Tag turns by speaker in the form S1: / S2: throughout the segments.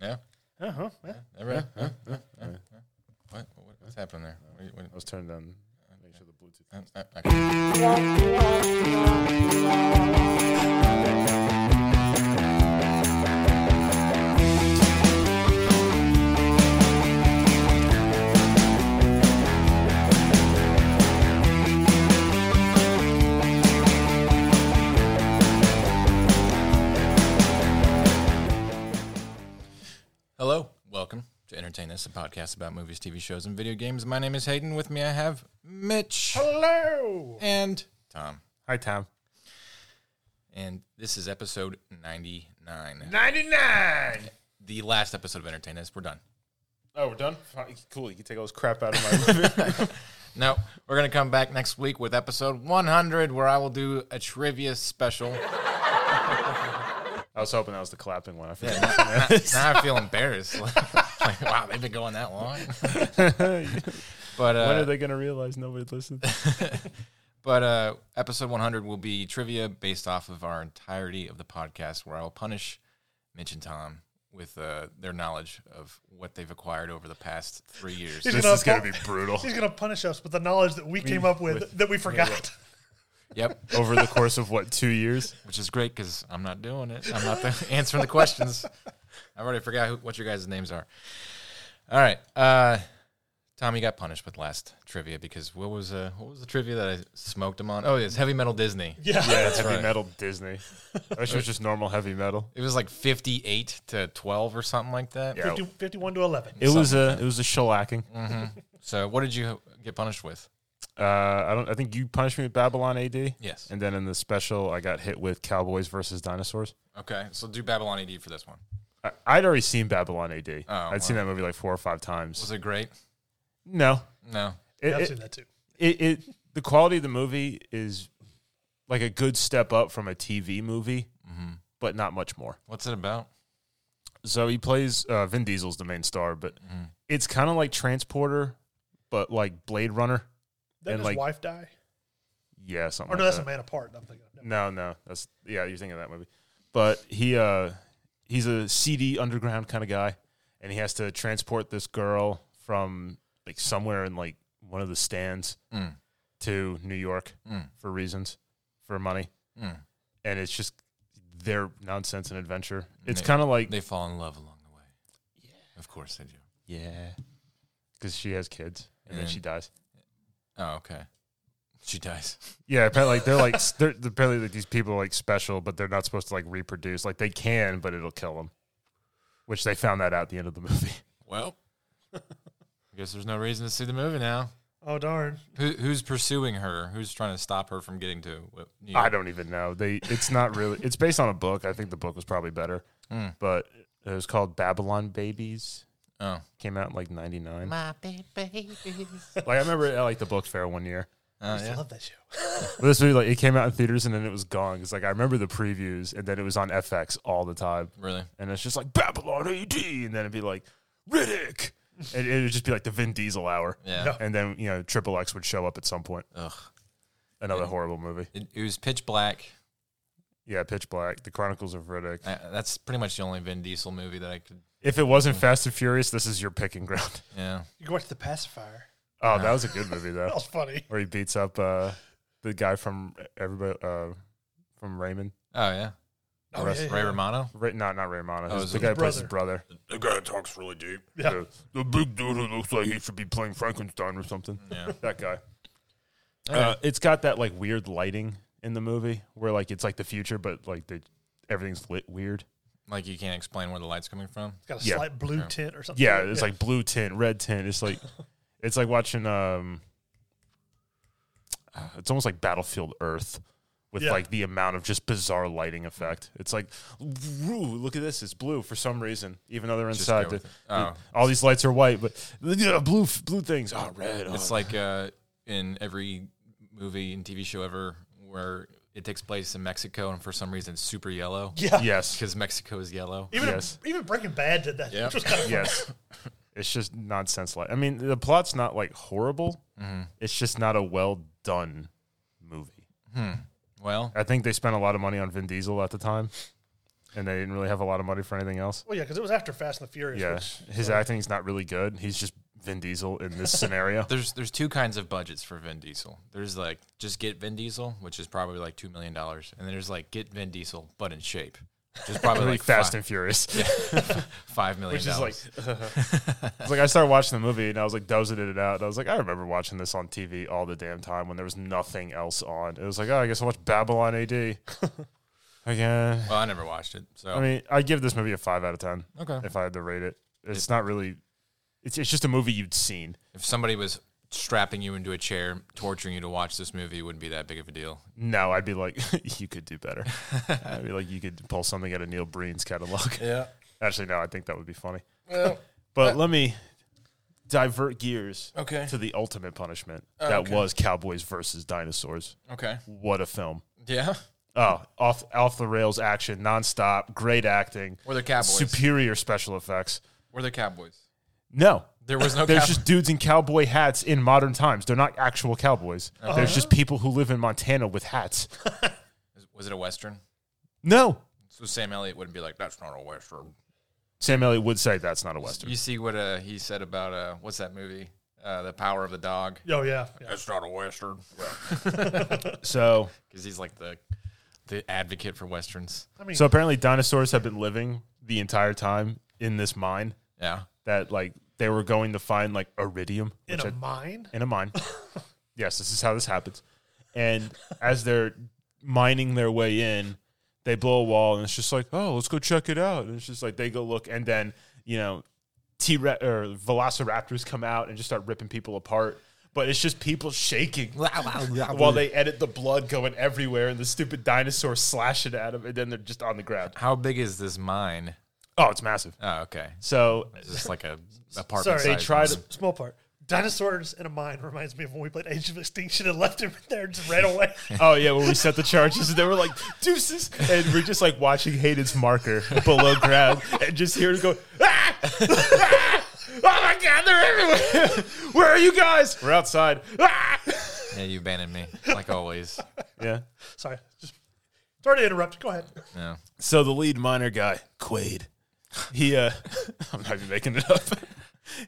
S1: Yeah.
S2: Uh-huh. Yeah.
S1: Never. huh? Huh? Huh? What? what? What's happened there? What, you- what,
S2: I was turned down. Make sure the Bluetooth.
S1: uh, uh, okay. Hello. Welcome to Entertain This, a podcast about movies, TV shows, and video games. My name is Hayden. With me, I have Mitch
S2: Hello.
S1: and Tom.
S2: Hi, Tom.
S1: And this is episode 99.
S2: Ninety nine.
S1: The last episode of Entertain This. We're done.
S2: Oh, we're done. Fine, Cool. You can take all this crap out of my.
S1: No, we're going to come back next week with episode 100, where I will do a trivia special.
S2: I was hoping that was the clapping one. I forgot.
S1: now I feel embarrassed. like, like, wow, they've been going that long. but uh,
S2: when are they going to realize nobody listened?
S1: But uh, episode 100 will be trivia based off of our entirety of the podcast, where I'll punish Mitch and Tom with uh, their knowledge of what they've acquired over the past three years.
S3: He's
S2: this
S3: gonna
S2: is going to
S3: pu-
S2: be brutal.
S3: He's going to punish us with the knowledge that we came up with, that we forgot.
S1: yep,
S2: Over the course of what two years?
S1: which is great because I'm not doing it. I'm not the, answering the questions. I already forgot who, what your guys' names are. All right, uh, Tom, you got punished with last trivia because what was uh, what was the trivia that I smoked him on? Oh, it's heavy metal Disney.
S3: Yeah.
S2: Yeah, it's heavy
S1: right.
S2: metal Disney. I wish it was just normal heavy metal.
S1: It was like 58 to 12 or something like that.
S2: Yeah.
S3: 50, 51 to 11.
S2: It was a it was a shellacking.
S1: So what did you get punished with?
S2: Uh, I don't. I think you punished me with Babylon AD.
S1: Yes.
S2: And then in the special, I got hit with Cowboys versus Dinosaurs.
S1: Okay, so do Babylon AD for this one.
S2: I, I'd already seen Babylon AD. I'd
S1: wow.
S2: seen that movie like four or five times.
S1: Was it great?
S2: no,
S1: No.
S2: it,
S3: Yeah, I've
S2: it,
S3: seen that too.
S2: it, it the quality of the movie is like a good step up from a TV movie, but not much more.
S1: What's it about?
S2: Mm-hmm. So he plays uh, Vin Diesel's the main star, but it's kind of like Transporter, but like Blade Runner.
S3: Did
S2: and
S3: his
S2: like- Oh,
S3: wife die?
S2: Yeah, something.
S3: Or Oh, no,
S2: like
S3: that's
S2: that.
S3: a man apart. I'm thinking. of.
S2: No, no, that's yeah. You're thinking of that movie, but he uh, he's a CD underground kind of guy, and he has to transport this girl from like somewhere in like one of the stands
S1: Mm.
S2: to New York
S1: Mm.
S2: for reasons, for money,
S1: Mm.
S2: and it's just their nonsense and adventure. It's
S1: They-
S2: kind of like
S1: They fall in love along the way. Yeah. Of course they do.
S2: yeah, because she has kids and then
S1: And-
S2: she dies.
S1: Oh, okay. She dies.
S2: Yeah, apparently, like they're like s- they're apparently like these people are like special, but they're not supposed to like reproduce. Like they can, but it'll kill them. Which they found that out at the end of the movie.
S1: Well, I guess there's no reason to see the movie now.
S3: Oh, darn.
S1: Who, who's pursuing her? Who's trying to stop her from getting to? What, New
S2: I
S1: York?
S2: don't even know. They it's not really. It's based on a book. I think the book was probably better,
S1: Mm.
S2: but it was called Babylon Babies.
S1: Oh.
S2: Came out in like '99. Like
S1: My babies.
S2: I remember at like the book fair one year.
S1: Oh,
S3: I
S1: yeah.
S3: love that show.
S2: But this movie like it came out in theaters and then it was gone. It's like I remember the previews and then it was on FX all the time.
S1: Really?
S2: and it's just like Babylon AD, and then it'd be like Riddick, and it would just be like the Vin Diesel hour,
S1: Yeah.
S3: No.
S2: and then you know Triple X would show up at some point.
S1: Ugh.
S2: Another horrible movie,
S1: It, it was pitch black.
S2: yeah, Pitch Black, The Chronicles of Riddick.
S1: I, that's pretty much the only Vin Diesel movie that I could.
S2: If it wasn't Fast and Furious, this is your picking ground.
S1: Yeah.
S3: You can watch The Pacifier.
S2: Oh, that was a good movie
S3: That
S2: though,
S3: was funny.
S2: where he beats up uh, the guy from everybody uh, from Raymond.
S1: Oh yeah.
S3: Oh,
S2: Rest-
S3: yeah, yeah,
S1: Ray
S3: yeah.
S1: Romano.
S2: Ra- not not Raymond.
S1: Oh,
S2: His-
S1: is
S2: the
S1: it
S2: guy
S3: his
S2: who plays his brother.
S4: The guy talks really deep.
S3: Yeah.
S4: The big dude who looks like he should be playing Frankenstein or something.
S1: Yeah.
S2: That guy.
S1: Mm. Okay.
S2: Uh, it's got that like weird lighting in the movie where like it's like the future, but like they everything's lit weird.
S1: Like you can't explain where the light's coming from.
S3: It's got a
S2: Yeah.
S3: slight blue
S1: Yeah.
S3: tint or something.
S2: Yeah, it's like blue tint, red tint. It's like it's like watching um uh, it's almost like Battlefield Earth with
S3: Yeah.
S2: like the amount of just bizarre lighting effect. It's like ooh, look at this, it's blue for some reason, even though they're
S1: Just
S2: inside.
S1: go with
S2: The-
S1: it. Oh.
S2: All these lights are white, but yeah, blue f- blue things. Oh, red. Oh.
S1: It's like uh, in every movie and TV show ever where it takes place in Mexico and for some reason it's super yellow
S3: Yeah.
S2: yes,
S1: because Mexico is yellow.
S3: Even,
S2: Yes.
S3: even Breaking Bad did that.
S1: Yeah.
S3: Which was kind of
S2: yes. It's just nonsense. Like I mean, the plot's not like horrible.
S1: Mm-hmm.
S2: It's just not a well done movie.
S1: Well,
S2: I think they spent a lot of money on Vin Diesel at the time. and they didn't really have a lot of money for anything else.
S3: Well, oh, yeah, because it was after Fast and the Furious.
S2: Yeah,
S3: which-
S2: his acting's not really good. He's just Vin Diesel in this scenario.
S1: There's there's two kinds of budgets for Vin Diesel. There's like just get Vin Diesel, which is probably like two million dollars, and then there's like get Vin Diesel but in shape, which is probably
S2: Really
S1: like
S2: Fast
S1: five,
S2: and Furious.
S1: five million
S2: Which is like,
S1: dollars.
S2: it's like I started watching the movie and I was like dozing it out. And I was like, I remember watching this on TV all the damn time when there was nothing else on. It was like, oh, I guess I'll watch Babylon AD again.
S1: well, I never watched it, so
S2: I mean, I give this movie a five out of ten
S1: Oh. okay.
S2: if I had to rate it. It's not really. It's it's just a movie you'd seen.
S1: If somebody was strapping you into a chair, torturing you to watch this movie, it wouldn't be that big of a deal.
S2: No, I'd be like, you could do better. I'd be like, you could pull something out of Neil Breen's catalog.
S3: yeah.
S2: Actually, no, I think that would be funny.
S3: Well,
S2: But let me divert gears
S1: Uh, Okay.
S2: to the ultimate punishment
S1: Oh,
S2: that
S1: okay.
S2: was Cowboys versus Dinosaurs.
S1: Okay.
S2: What a film!
S1: Yeah.
S2: Oh, off off the rails action, nonstop, great acting,
S1: Were there cowboys?
S2: superior special effects.
S1: Were there cowboys?
S2: No,
S1: There was no.
S2: there's
S1: cow-
S2: just dudes in cowboy hats in modern times. They're not actual cowboys.
S1: Uh-huh.
S2: There's just people who live in Montana with hats.
S1: was it a western?
S2: No,
S1: So Sam Elliott wouldn't be like, "That's not a western."
S2: Sam Elliott would say that's not a western.
S1: You see what uh, he said about uh, what's that movie? Uh, the Power of the Dog.
S3: oh, yeah. yeah.
S1: That's not a western.
S2: So,
S1: Because he's like the the advocate for westerns.
S3: I mean,
S2: so apparently dinosaurs have been living the entire time in this mine
S1: Yeah.
S2: that like they were going to find like iridium
S3: in
S2: which
S3: a
S2: I-
S3: mine?
S2: in a mine. yes, this is how this happens. And as they're mining their way in, they blow a wall, and it's just like, oh, let's go check it out. And it's just like they go look, and then you know, T or Velociraptors come out and just start ripping people apart. But it's just people shaking while they edit the blood going everywhere, and the stupid dinosaur slashing at them, and then they're just on the ground.
S1: How big is this mine?
S2: Oh, it's massive.
S1: Oh, okay.
S2: So
S1: It's just like a apartment.
S3: Sorry.
S1: size
S3: They
S2: tried-
S1: mine.
S3: Small part. Dinosaurs in a mine reminds me of when we played Age of Extinction and left him there and just ran away.
S2: Oh yeah, when we set the charges, and they were like deuces, and we're just like watching Hayden's marker below ground, and just hear it go. Ah! Ah! Oh my god, they're everywhere! Where are you guys? We're outside. Ah!
S1: Yeah, you abandoned me like always.
S2: Yeah.
S3: Sorry. Just, sorry to interrupt. Go ahead.
S1: Yeah.
S2: So the lead miner guy, Quaid, he uh, I'm not even making it up.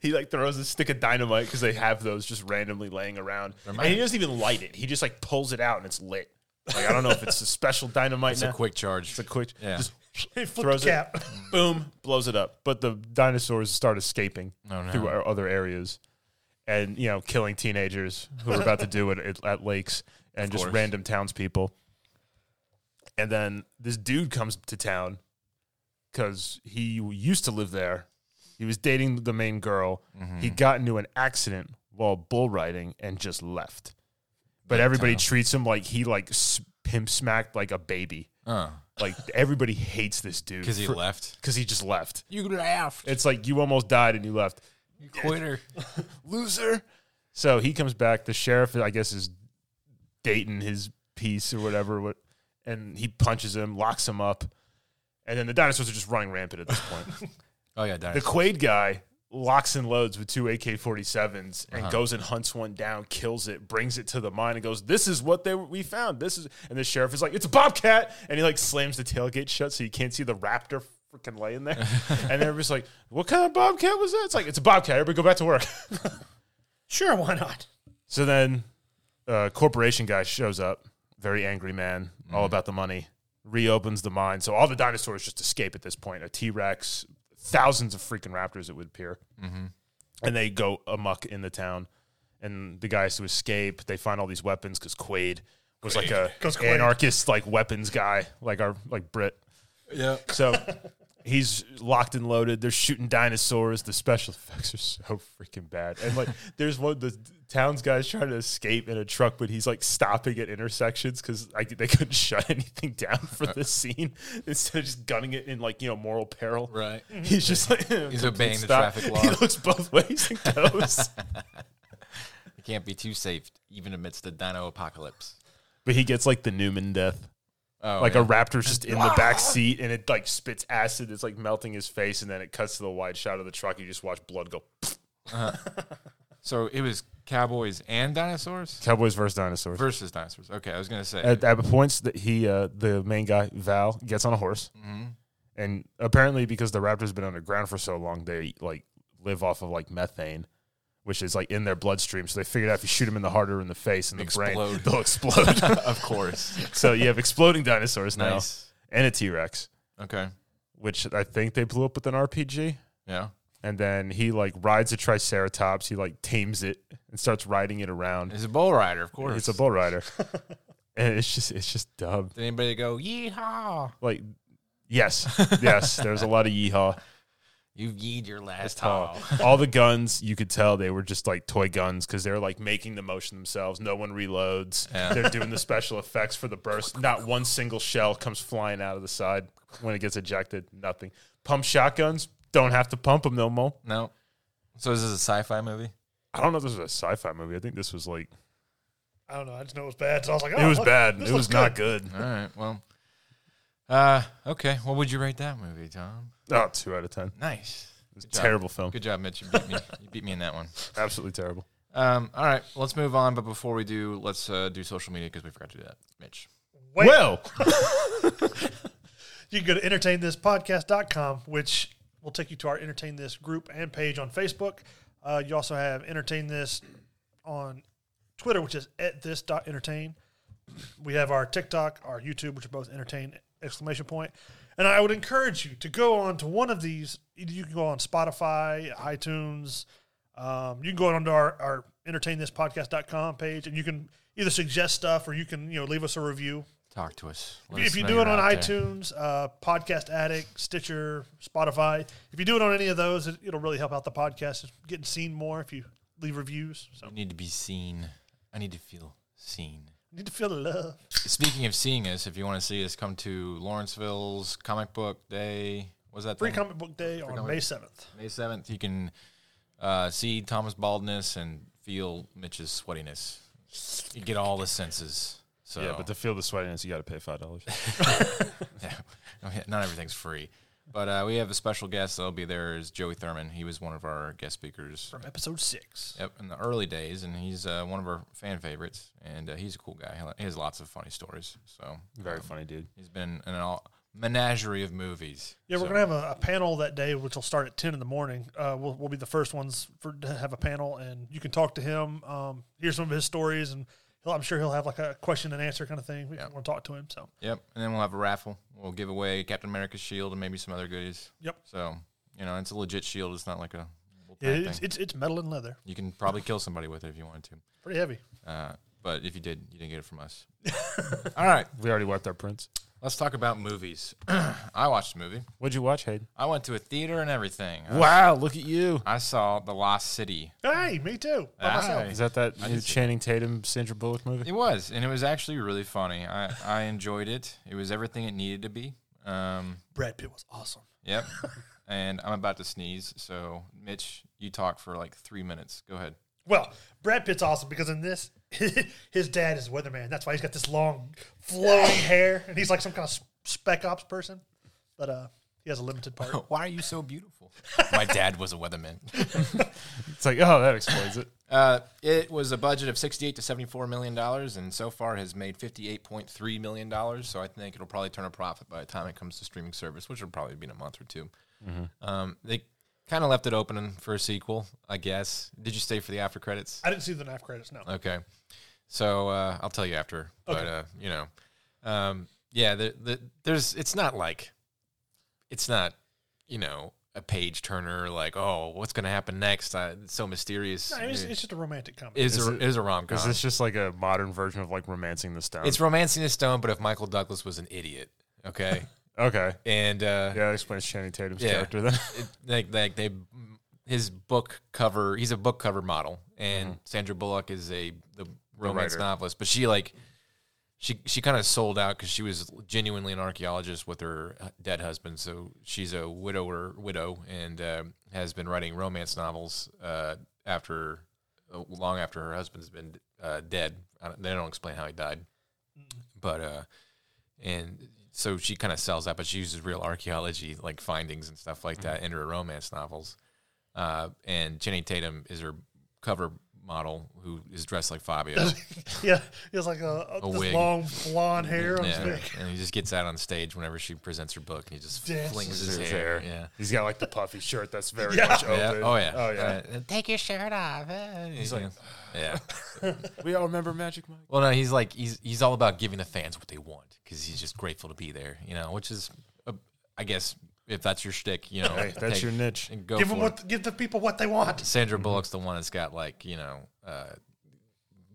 S2: He like throws a stick of dynamite because they have those just randomly laying around, and he
S1: mine.
S2: doesn't even light it. He just like pulls it out and it's lit. Like I don't know if it's a special dynamite.
S1: It's
S2: now.
S1: a quick charge.
S2: It's a quick.
S1: Yeah.
S2: Just
S3: He flipped
S2: Throws
S3: the
S2: it.
S3: cap.
S2: boom, blows it up. But the dinosaurs start escaping
S1: Oh, no.
S2: through our other areas and, you know, killing teenagers who are about to do it at, at lakes and just
S1: course.
S2: random townspeople. And then this dude comes to town because he used to live there. He was dating the main girl.
S1: Mm-hmm.
S2: He got into an accident while bull riding and just left. But
S1: Big
S2: everybody
S1: town.
S2: treats him like he like s- pimp smacked like a baby.
S1: Oh,
S2: Like everybody hates this dude
S1: because he
S2: for-
S1: left.
S2: because he just left.
S1: You left.
S2: It's like you almost died and you left.
S1: You quitter.
S2: Loser. So he comes back. The sheriff, I guess, is dating his piece or whatever. What, and he punches him, locks him up. And then the dinosaurs are just running rampant at this point.
S1: Oh yeah, darn.
S2: the Quaid guy locks and loads with two AK 47s and goes and hunts one down, kills it, brings it to the mine, and goes, This is what they we found. This is. And the sheriff is like, It's a bobcat. And he like slams the tailgate shut so you can't see the raptor freaking laying there. and everybody's like, What kind of bobcat was that? It's like, It's a bobcat. Everybody go back to work.
S3: Sure, why not?
S2: So then, uh, corporation guy shows up, very angry man, all about the money. Reopens the mine, so all the dinosaurs just escape at this point. A T Rex, thousands of freaking raptors, it would appear, and they go amok in the town. And the guys who escape, they find all these weapons because Quaid was like a
S3: 'Cause Quaid.
S2: anarchist, like weapons guy, like our like Brit.
S1: yeah.
S2: So he's locked and loaded. They're shooting dinosaurs. The special effects are so freaking bad. And like, there's one of the town's guys trying to escape in a truck, but he's like stopping at intersections because they couldn't shut anything down for this scene. Instead of just gunning it in like you know moral peril,
S1: Right.
S2: He's just like he's
S1: obeying the traffic law.
S2: He looks both ways and goes.
S1: You can't be too safe, even amidst the dino apocalypse.
S2: but he gets like the Newman death.
S1: Oh,
S2: like
S1: yeah.
S2: a raptor's just in the back seat and it like spits acid it's like melting his face and then it cuts to the wide shot of the truck you just watch blood go
S1: so it was cowboys and dinosaurs
S2: cowboys versus dinosaurs
S1: versus dinosaurs. Okay, I was gonna say. Mm-hmm.
S2: at, at the points that he uh the main guy val gets on a horse And apparently, because the raptor's been underground for so long, they like live off of like methane, which is like in their bloodstream. So they figured out if you shoot them in the heart or in the face and the brain,
S1: Explode.
S2: they'll explode.
S1: of course.
S2: so you have exploding dinosaurs now
S1: Nice.
S2: and a T Rex,
S1: Okay.
S2: which I think they blew up with an RPG.
S1: Yeah.
S2: And then he like rides a Triceratops. He like tames it and starts riding it around.
S1: He's a bull rider, of course.
S2: It's a bull rider, and it's just it's just dumb.
S1: Did anybody go yeehaw?
S2: Like, yes, yes. There's a lot of yeehaw.
S1: You yeed your last
S2: Uh,
S1: haw.
S2: all the guns you could tell they were just like toy guns because they're like making the motion themselves. No one reloads.
S1: Yeah.
S2: They're doing the special effects for the burst. Not one single shell comes flying out of the side when it gets ejected. Nothing. Pump shotguns. Don't have to pump them no more.
S1: No. So is this a sci-fi movie?
S2: I don't know if this was a sci-fi movie. I think this was like
S3: I don't know. I just know it was bad. So I was like,
S2: it
S3: oh,
S2: was
S3: look,
S2: bad.
S3: this
S2: It was
S3: looks
S2: not good.
S1: All right. Well. Uh. Okay. What would you rate that movie, Tom?
S2: Oh, two out of ten.
S1: Nice.
S2: It's a
S1: job.
S2: terrible film.
S1: Good job, Mitch. You beat me. You beat me in that one.
S2: Absolutely terrible.
S1: Um. All right. Let's move on. But before we do, let's uh, do social media because we forgot to do that, Mitch.
S3: Wait,
S2: Well,
S3: You can go to entertainthispodcast.com, which will take you to our Entertain This group and page on Facebook. Uh, you also have Entertain This on Twitter, which is at this dot entertain. We have our TikTok, our YouTube, which are both entertain exclamation point. And I would encourage you to go on to one of these. Either You can go on Spotify, iTunes. Um, you can go onto our, our entertainthispodcast.com page and you can either suggest stuff or you can, you know, leave us a review
S1: Talk to us. Let us
S3: if you
S1: know
S3: do
S1: you're
S3: it on
S1: out there.
S3: iTunes, uh, Podcast Addict, Stitcher, Spotify, if you do it on any of those, it, it'll really help out the podcast. It's getting seen more if you leave reviews. So
S1: I need to be seen. I need to feel seen.
S3: need to feel the love.
S1: Speaking of seeing us, if you want to see us, come to Lawrenceville's Comic Book Day. Was that
S3: Free
S1: thing?
S3: Comic Book Day on
S1: comic-
S3: May seventh.
S1: May seventh? You can uh, see Thomas' baldness and feel Mitch's sweatiness. You get all the senses. So
S2: yeah, but to feel the sweatiness, you got to pay five dollars.
S1: Yeah. Okay, not everything's free. But uh, we have a special guest that'll be there is Joey Thurman. He was one of our guest speakers
S3: From episode six.
S1: yep, in the early days, and he's uh, one of our fan favorites. And uh, he's a cool guy. He has lots of funny stories. So Um,
S2: Very funny, dude.
S1: he's been in a menagerie of movies.
S3: Yeah, we're
S1: So-
S3: gonna have a, a panel that day, which will start at ten in the morning. Uh, we'll, we'll be the first ones for to have a panel, and you can talk to him. Um, hear some of his stories, and he'll, I'm sure he'll have like a question and answer kind of thing. We
S1: Yeah.
S3: want to talk to him. So
S1: Yep, and then we'll have a raffle. We'll give away Captain America's shield and maybe some other goodies.
S3: Yep.
S1: So you know, it's a legit shield. It's not like a little
S3: yeah,
S1: pack
S3: it's,
S1: thing.
S3: it's it's metal and leather,
S1: you can probably kill somebody with it if you wanted
S3: pretty heavy.
S1: to. Uh, but if you did, you didn't get it from us. All right,
S2: We already wiped our prints.
S1: let's talk about movies. I watched a movie.
S2: What'd you watch, Hayden?
S1: I went to a theater and everything. I-
S2: Wow, look at you.
S1: I saw The Lost City.
S3: Hey, me too. By
S1: Aye.
S3: myself.
S2: Is that that new
S1: did see
S2: Channing Tatum, Sandra Bullock movie?
S1: It was, and it was actually really funny. I, I enjoyed it. It was everything it needed to be. Um,
S3: Brad Pitt was awesome.
S1: Yep. and I'm about to sneeze. So, Mitch, you talk for like three minutes. Go ahead.
S3: Well, Brad Pitt's awesome because in this, his dad is a weatherman. That's why he's got this long, flowing hair, and he's like some kind of s- spec ops person. But uh, he has a limited part.
S1: Why are you so beautiful? My dad was a weatherman.
S2: It's like, oh, that explains it.
S1: Uh, it was a budget of 68 to 74 million dollars, and so far has made 58.3 million dollars. So I think it'll probably turn a profit by the time it comes to streaming service, which will probably be in a month or 2 Um, they kind of left it open for a sequel, I guess. Did you stay for the after credits?
S3: I didn't see the knife credits. No,
S1: Okay. So uh, I'll tell you after. But uh, you know, um, yeah, the, the, there's it's not like it's not you know a page turner like oh what's gonna happen next? I, it's so mysterious.
S3: No, it's, it's just a romantic comedy.
S1: is
S2: Is
S1: a,
S2: it-
S1: is a rom
S2: Is
S1: com.
S2: this just like a modern version of like romancing the stone?
S1: It's romancing the stone, but if Michael Douglas was an idiot, okay,
S2: okay.
S1: and uh,
S2: Yeah, that explains Channing Tatum's
S1: Yeah.
S2: character then.
S1: it, like like they his book cover he's a book cover model and Sandra Bullock is a the romance
S2: writer.
S1: novelist but she like she she kind of sold out cuz she was genuinely an archaeologist with her hu- dead husband so she's a widower widow and uh, has been writing romance novels uh, after uh, long after her husband's been uh, dead I don't, they don't explain how he died but uh and so she kind of sells that, but she uses real archaeology like findings and
S2: Mm-hmm.
S1: stuff like that in her romance novels. Uh, and Channing Tatum is her cover model who is dressed like Fabio.
S3: yeah, he has like a,
S1: A
S3: this
S1: wig.
S3: long blonde hair. on his
S1: yeah.
S3: neck.
S1: And he just gets out on stage whenever she presents her book and he just
S3: Dances
S1: flings
S2: His
S1: his,
S2: hair.
S1: hair. Yeah.
S2: He's got like the puffy shirt that's very
S3: Yeah.
S2: much open.
S1: Yeah. Oh yeah.
S2: Oh yeah.
S1: Uh, Take your shirt off. Uh,
S2: He's
S1: yeah.
S2: like-
S1: yeah.
S2: We all remember Magic Mike.
S1: Well, no, he's like he's he's all about giving the fans what they want because he's just grateful to be there. You know, which is, uh, I guess, if that's your shtick, you know,
S2: Hey, that's
S1: take-
S2: your niche.
S1: and go
S3: Give
S1: for
S3: them
S1: it.
S3: what, give the people what they want.
S1: Sandra Bullock's the one that's got like you know uh,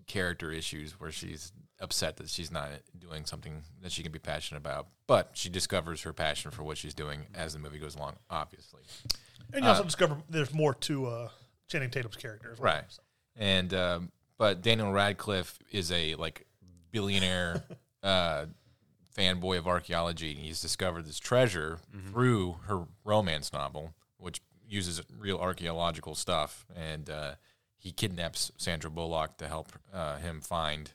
S1: character issues where she's upset that she's not doing something that she can be passionate about, but she discovers her passion for what she's doing as the movie goes along. Obviously,
S3: And you also discover there's more to uh, Channing Tatum's character. As well.
S1: right? And um, but Daniel Radcliffe is a like billionaire uh, fanboy of archaeology, and he's discovered this treasure
S2: Mm-hmm.
S1: through her romance novel, which uses real archaeological stuff. And uh, he kidnaps Sandra Bullock to help uh, him find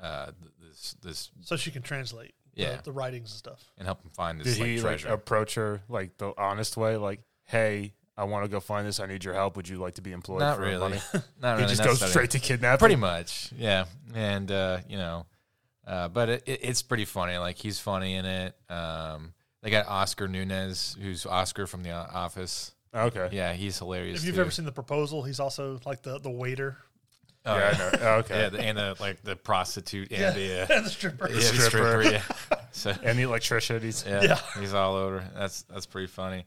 S1: uh, th- this this
S3: So she can translate the-
S1: Yeah.
S3: the, writings and stuff.
S1: and help him find
S2: Did
S1: this like,
S2: he like,
S1: treasure.
S2: approach her like the honest way? Like, hey, I want to go find this. I need your help. Would you like to be employed?
S1: not
S2: for
S1: really.
S2: Money?
S1: Not
S2: He
S1: really.
S2: just
S1: not
S2: goes
S1: studying.
S2: straight to kidnapping.
S1: pretty much yeah and uh you know uh but it, it, it's pretty funny like he's funny in it um they got oscar nunez who's oscar from the O- office
S2: Okay.
S1: yeah
S2: Yeah,
S1: he's hilarious
S3: If you've
S1: too.
S3: ever seen the proposal, he's also like the, the waiter.
S1: Oh,
S2: I
S1: yeah,
S2: know. Okay.
S1: yeah the, and the, like the prostitute and the, uh,
S3: and the stripper.
S1: yeah, the stripper,
S2: stripper.
S1: yeah. so
S2: And the electrician. He's
S1: yeah,
S3: Yeah.
S1: he's all over that's that's pretty funny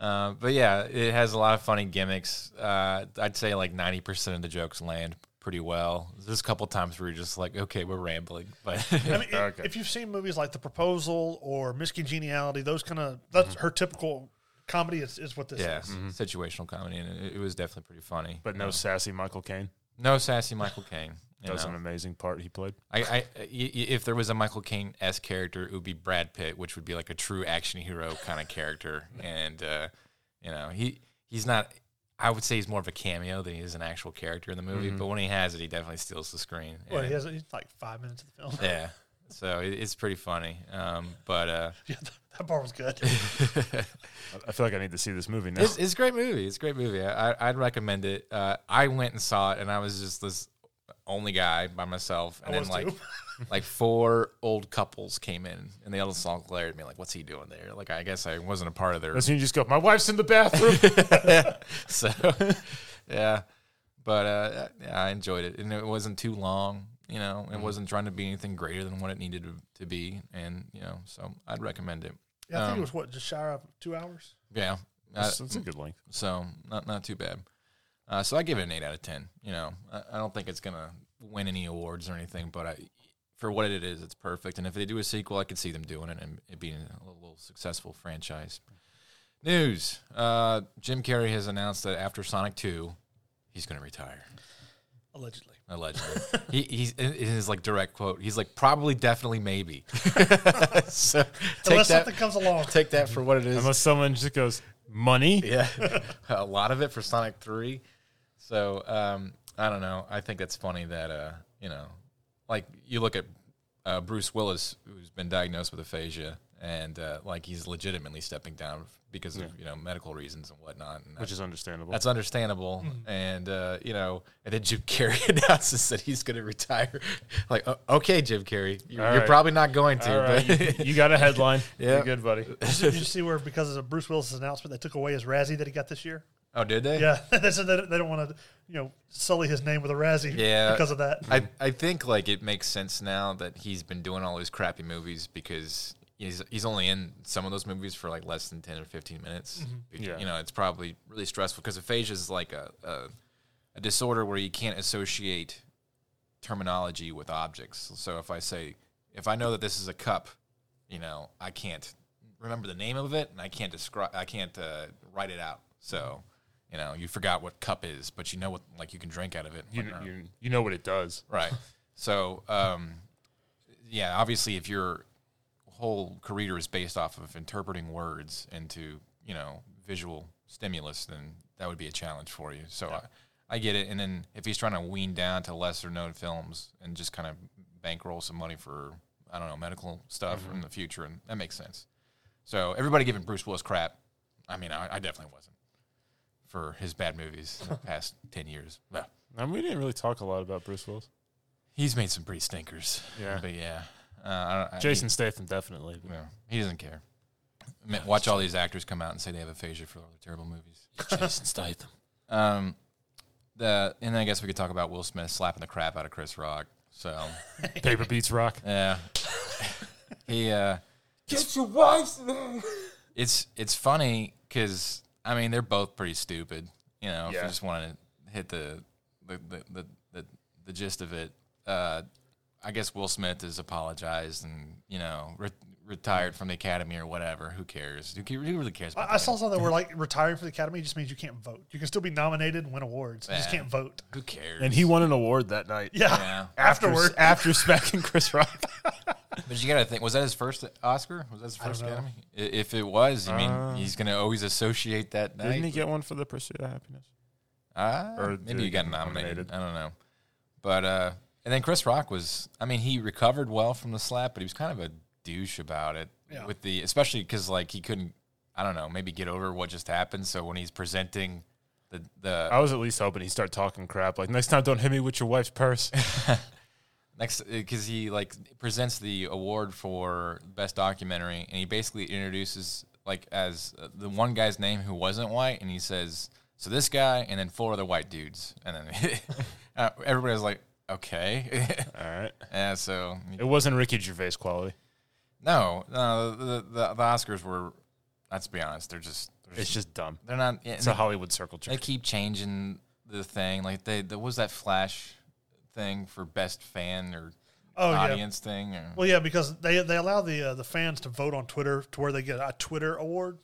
S1: uh, but yeah it has a lot of funny gimmicks uh, i'd say like 90% of the jokes land pretty well there's a couple times where you're just like okay we're rambling but
S3: I mean, i-
S2: Okay.
S3: if you've seen movies like The Proposal or Miss Congeniality, those kind of that's her typical comedy. Is, is what this
S1: Mm-hmm. yeah,
S3: is.
S1: situational comedy, and it, it was definitely pretty funny.
S2: but no sassy Michael Caine.
S1: no sassy Michael Caine. you
S2: That was
S1: know.
S2: an amazing part he played.
S1: I, I, I- y- y- if there was a Michael Caine s character, it would be Brad Pitt, which would be like a true action hero kind of character, and uh, you know he he's not. I would say he's more of a cameo than he is an actual character in the movie, but when he has it, he definitely steals the screen.
S3: Well,
S1: and-
S3: he has he's like five minutes of the film.
S1: yeah, so it, it's pretty funny. Um, but uh,
S3: Yeah, that bar was good.
S2: I- I feel like I need to see this movie now.
S1: It's, it's a great movie. It's a great movie. I, I- I'd recommend it. Uh, I went and saw it, and I was just this only guy by myself. And then
S3: was
S1: like,
S3: too.
S1: like four old couples came in, and they all just all glared at me like, "What's he doing there?" Like, I guess I wasn't a part of their.
S2: That's when you just go, my wife's in the bathroom.
S1: so, yeah, but uh, yeah, I enjoyed it, and it wasn't too long. You know, it wasn't trying to be anything greater than what it needed to, to be, and you know, so I'd recommend it.
S3: Yeah, I think
S1: Um,
S3: it was what just shy of two hours.
S1: Yeah, I-
S2: that's, that's a good length.
S1: so not not too bad. Uh, so I give it an eight out of ten. You know, I, I don't think it's gonna win any awards or anything, but I, for what it is, it's perfect. And if they do a sequel, I could see them doing it and it being a little successful franchise. News: uh, Jim Carrey has announced that after Sonic Two, he's gonna retire.
S3: Allegedly,
S1: Allegedly, he he's in in his like direct quote. He's like probably, definitely, maybe. so take
S3: unless
S1: that,
S3: something comes along.
S1: take that for what it is.
S2: Unless someone just goes, money?
S1: Yeah, a lot of it for Sonic Three. So um, I don't know. I think it's funny that uh, you know, like you look at uh, Bruce Willis, who's been diagnosed with aphasia, and uh, like he's legitimately stepping down because of you know medical reasons and whatnot. And
S2: Which
S1: that-
S2: is Mm-hmm. understandable.
S1: that's understandable, and uh, you know, and then Jim Carrey announces that he's going to retire. like, "O- okay, Jim Carrey, you're,
S2: All
S1: you're
S2: right.
S1: probably not going to,
S2: All right,
S1: but
S2: you, you got a headline.
S1: Yeah.
S2: You're good, buddy.
S3: Did you see where because of Bruce Willis' announcement, they took away his Razzie that he got this year?
S1: oh, did they?
S3: Yeah, they said they, they don't want to, you know, sully his name with a Razzie.
S1: Yeah.
S3: because of that.
S1: I, I think like it makes sense now that he's been doing all these crappy movies because he's he's only in some of those movies for like less than ten or fifteen minutes. Bec-
S2: Yeah.
S1: You know, it's probably really stressful because aphasia is like a, a a disorder where you can't associate terminology with objects. So if I say if I know that this is a cup, you know, I can't remember the name of it and I can't describe I can't uh, write it out. So you know, you forgot what cup is, but you know what like you can drink out of it. and
S2: You,
S1: whatnot.
S2: you, you know what it does.
S1: Right. So, um, yeah, obviously, if your whole career is based off of interpreting words into you know visual stimulus, then that would be a challenge for you. So I, I get it. And then if he's trying to wean down to lesser known films and just kind of bankroll some money for I don't know medical stuff in the future, and that makes sense. So everybody giving Bruce Willis crap. I mean, I, I definitely wasn't for his bad movies in the past ten years. Well,
S2: I mean, we didn't really talk a lot about Bruce Willis.
S1: He's made some pretty stinkers.
S2: Yeah.
S1: But yeah, uh, I don't, I-
S2: Jason Statham, definitely.
S1: He, no, he doesn't care. I mean, Watch all these actors come out and say they have aphasia for all their terrible movies.
S2: Jason Statham.
S1: Um, the and then I guess we could talk about Will Smith slapping the crap out of Chris Rock. So
S2: Paper Beats Rock.
S1: yeah, Uh, he uh,
S2: Get your wife's name.
S1: it's it's funny because I mean they're both pretty stupid. You know, if
S2: Yeah.
S1: you just want to hit the the, the the the the gist of it, uh, I guess Will Smith has apologized and you know re- retired from the Academy or whatever. Who cares? Who, ca- who really cares? About
S3: I, I saw something where like retiring from the academy just means you can't vote. You can still be nominated and win awards. You just
S1: Yeah.
S3: can't vote.
S1: who cares?
S2: And he won an award that night.
S3: Yeah.
S1: Yeah.
S3: Afterward.
S2: after smacking Chris Rock.
S1: But you got to think, was that his first Oscar? Was that his first Academy? I- If it was, I mean,
S2: Uh.
S1: he's going to always associate that night.
S2: Didn't he get one for The Pursuit of Happiness?
S1: Ah,
S2: or did
S1: maybe
S2: he
S1: he got
S2: get
S1: nominated.
S2: nominated?
S1: I don't know. But uh, and then Chris Rock was. I mean, he recovered well from the slap, but he was kind of a douche about it.
S3: Yeah.
S1: With the especially because like he couldn't. I don't know. Maybe get over what just happened. So when he's presenting the the
S2: I was at least hoping he'd start talking crap. Like, next time, don't hit me with your wife's purse.
S1: next because he like presents the award for best documentary and he basically introduces like as uh, the one guy's name who wasn't white and he says so this guy and then four other white dudes and then uh, everybody was like okay
S2: All right.
S1: yeah so
S2: It wasn't Ricky Gervais quality.
S1: no no the, the, the oscars were let's be honest they're just they're,
S2: It's
S1: just,
S2: just dumb.
S1: they're not yeah,
S2: It's a Hollywood circle
S1: they
S2: jerk.
S1: keep changing the thing like they there was that flash thing for best fan or
S3: Oh yeah.
S1: audience thing or
S3: Well, yeah, because they they allow the uh, the fans to vote on Twitter to where they get a Twitter award,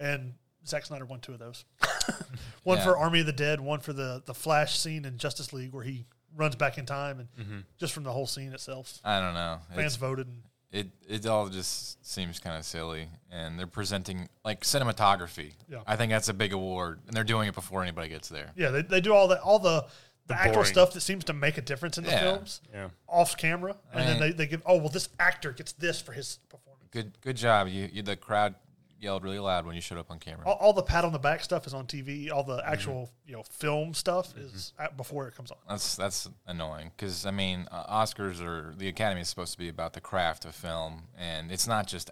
S3: and Zack Snyder won two of those. one
S1: Yeah.
S3: for Army of the Dead, one for the the Flash scene in Justice League where he runs back in time, and just from the whole scene itself,
S1: I don't know.
S3: fans
S1: It's-
S3: voted. And,
S1: it it all just seems kind of silly and they're presenting like cinematography
S3: Yeah.
S1: i think that's a big award and they're doing it before anybody gets there
S3: yeah, they, they do all that all the the, actual
S2: boring.
S3: stuff that seems to make a difference in the
S1: Yeah.
S3: films
S2: Yeah.
S3: off camera, and then they,
S1: Right.
S3: they give oh well this actor gets this for his performance.
S1: good good job you, you the crowd yelled really loud when you showed up on camera
S3: All, all the pat on the back stuff is on TV. All the actual you know film stuff is at, before it comes on.
S1: that's that's annoying because i mean uh, oscars or the academy is supposed to be about the craft of film and it's not just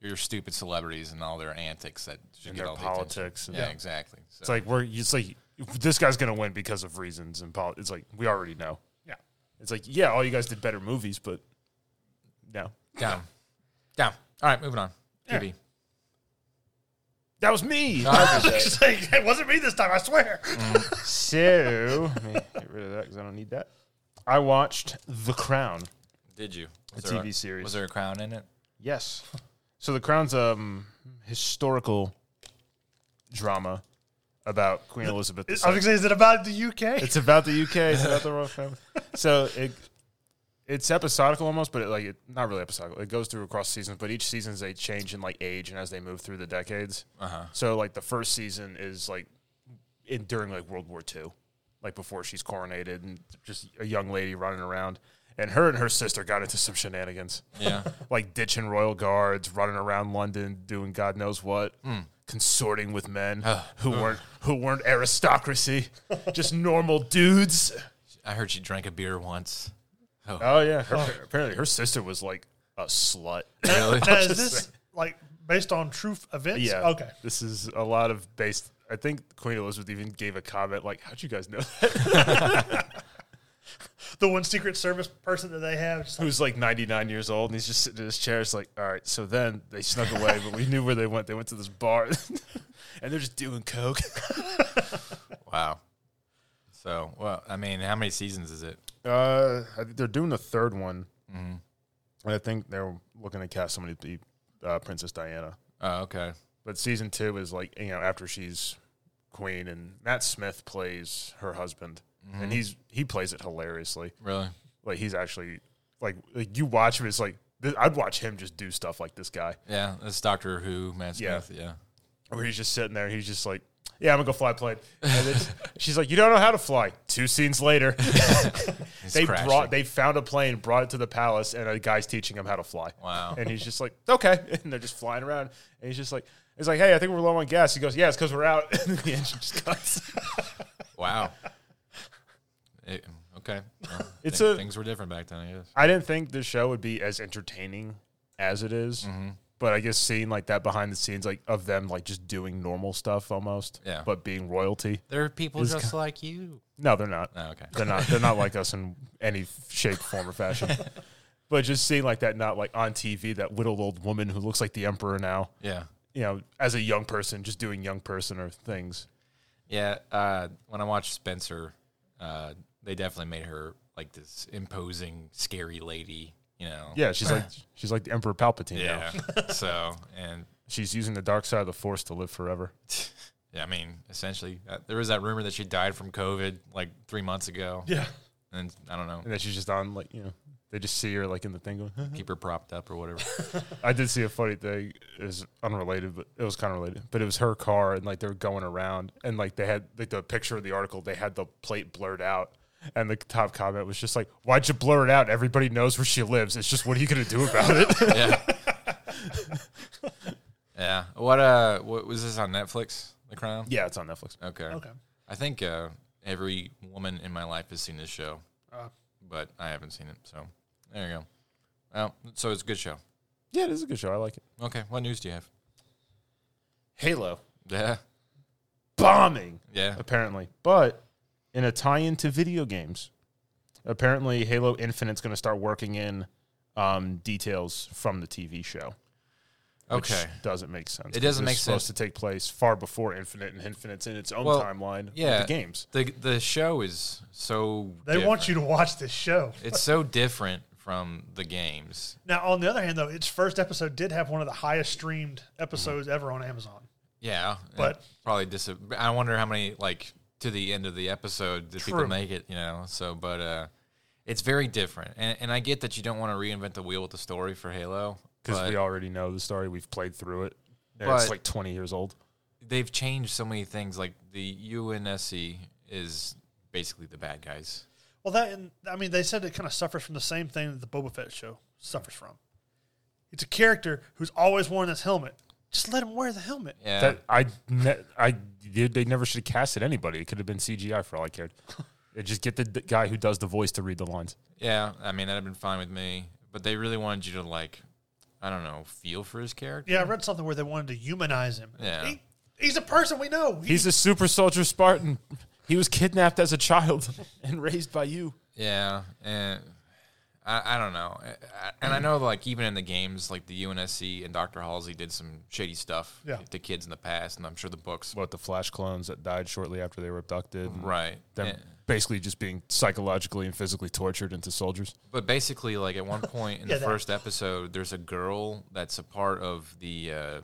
S1: your stupid celebrities and all their antics that should
S2: And
S1: get
S2: their
S1: all the attention.
S2: politics and-
S1: yeah,
S2: Yeah.
S1: exactly so,
S2: It's like, we're, it's like, this guy's going to win because of reasons and poli- It's like, we already know.
S3: Yeah.
S2: It's like, yeah, all you guys did better movies, but no.
S1: down down all right moving on TV.
S2: That was me.
S3: It's like, it wasn't me this time, I swear.
S2: so, let me get rid of that because I don't need that. I watched The Crown.
S1: did you was
S2: A
S1: there
S2: TV series.
S1: was there a crown in it
S2: Yes. So the crown's um historical drama about Queen Elizabeth.
S3: I was gonna
S2: II.
S3: say, is it about the UK?
S2: It's about the UK. It's about the royal family. So it it's episodical almost, but it, like it, not really episodical. It goes through across seasons, but each seasons they change in like age and as they move through the decades.
S1: uh-huh
S2: So like the first season is like in during like World War II, like before she's coronated and just a young lady running around. And her and her sister got into some shenanigans
S1: yeah
S2: like ditching royal guards, running around London, doing God knows what, consorting with men who weren't who weren't aristocracy, just normal dudes.
S1: I heard she drank a beer once.
S2: Oh yeah, her, apparently her sister was like a slut.
S1: Really?
S3: now, is this like based on true f- events?
S2: yeah,
S3: Okay.
S2: This is a lot of based. I think Queen Elizabeth even gave a comment like, "How'd you guys know?" That?
S3: The one Secret Service person that they have. Just like,
S2: Who's like 99 years old and he's just sitting in his chair. It's like, all right. So then they snuck away, but we knew where they went. They went to this bar, and they're just doing coke.
S1: wow. So, well, I mean, how many seasons is it?
S2: Uh, I think they're doing the third one, and I think they're looking to cast somebody to be uh, Princess Diana.
S1: Oh, okay.
S2: But season two is like you know after she's queen, and Matt Smith plays her husband, and he's he plays it hilariously.
S1: Really?
S2: Like he's actually like, like you watch him, it's like th- I'd watch him just do stuff like this guy,
S1: Yeah, that's Doctor Who, Matt
S2: Yeah.
S1: Smith. Yeah.
S2: where he's just sitting there, and he's just like. Yeah, I'm gonna go fly a plane. And then she's like, "You don't know how to fly." Two scenes later, they
S1: crashing.
S2: brought, they found a plane, brought it to the palace, and a guy's teaching him how to fly.
S1: Wow.
S2: And he's just like, okay. And they're just flying around. And he's just like, he's like, hey, I think we're low on gas. He goes, yeah, it's because we're out. And the engine just cuts.
S1: Wow. It- okay. Well,
S2: It's
S1: thi-
S2: a-
S1: things were different back then, I guess.
S2: I didn't think this show would be as entertaining as it is,
S1: Mm-hmm.
S2: but I guess seeing like that behind the scenes, like of them like just doing normal stuff almost,
S1: Yeah.
S2: but being royalty.
S1: There are people
S2: It's
S1: just like you.
S2: No, they're not.
S1: Oh, okay.
S2: They're not. They're not like us in any f- shape, form, or fashion. But just seeing like that, not like on TV, that little old woman who looks like the emperor now,
S1: Yeah.
S2: you know, as a young person, just doing young person or things.
S1: Yeah, uh, when I watched Spencer, uh, they definitely made her like this imposing, scary lady. You know.
S2: Yeah, she's like she's like the emperor Palpatine.
S1: Yeah.
S2: Now.
S1: so and
S2: She's using the dark side of the force to live forever.
S1: yeah, I mean, essentially, uh, there was that rumor that she died from COVID like three months ago,
S3: Yeah.
S1: and I don't know,
S2: And then she's just on like you know they just see her like in the thing going. "Huh."
S1: keep her propped up or whatever.
S2: I did see a funny thing. It was unrelated, but it was kind of related. But it was her car, and like they were going around, and like they had like the picture of the article. They had the plate blurred out, and the top comment was just like, "Why'd you blur it out? Everybody knows where she lives. It's just what are you gonna do about it?"
S1: yeah. yeah. What uh? What was this on Netflix? The Crown.
S2: yeah, it's on Netflix.
S1: Okay.
S3: Okay.
S1: I think uh, every woman in my life has seen this show,
S3: Uh.
S1: but I haven't seen it. So there you go. Well, so it's a good show.
S2: Yeah, it is a good show. I like it.
S1: Okay, what news do you have?
S2: Halo
S1: Yeah,
S2: bombing
S1: yeah.
S2: apparently, but in a tie-in to video games. Apparently, Halo Infinite's gonna start working in um, details from the TV show. which
S1: Okay,
S2: doesn't make sense.
S1: It doesn't
S2: It's
S1: make
S2: supposed
S1: sense.
S2: to take place far before Infinite, and Infinite's in its own
S1: Well,
S2: timeline. with
S1: yeah.
S2: the games.
S1: the the show is so
S3: They want you to watch this show.
S1: It's so different from the games.
S3: Now, on the other hand, though, its first episode did have one of the highest streamed episodes ever on Amazon.
S1: Yeah, and
S3: But-
S1: probably dis. I wonder how many like to the end of the episode that people
S3: True.
S1: make it. You know, so but uh, it's very different, and and I get that you don't want to reinvent the wheel with the story for Halo
S2: Because
S1: but-
S2: we already know the story. We've played through it. And
S1: But-
S2: it's like 20 years old.
S1: they've changed so many things. Like the UNSC is basically the bad guys.
S3: Well, that and I mean, they said it kind of suffers from the same thing that the Boba Fett show suffers from. It's a character who's always worn this helmet. Just let him wear the helmet.
S1: Yeah,
S2: That I, ne- I, they they never should have casted anybody. It could have been CGI for all I cared. They just get the d- guy who does the voice to read the lines.
S1: yeah. I mean, that'd have been fine with me, but they really wanted you to like, I don't know, feel for his character.
S3: Yeah, I read something where they wanted to humanize him.
S1: Yeah.
S3: He, he's a person we know. He-
S2: He's a super soldier Spartan. He was kidnapped as a child and raised by you.
S1: Yeah, and I, I don't know. I- I- And I know, like, even in the games, like the UNSC and Dr. Halsey did some shady stuff
S3: Yeah.
S1: to kids in the past, and I'm sure the books.
S2: What, the Flash clones that died shortly after they were abducted? and
S1: Right.
S2: Them
S1: And-
S2: basically just being psychologically and physically tortured into soldiers.
S1: But basically, like at one point in
S3: Yeah,
S1: the
S3: that-
S1: first episode, there's a girl that's a part of the, uh,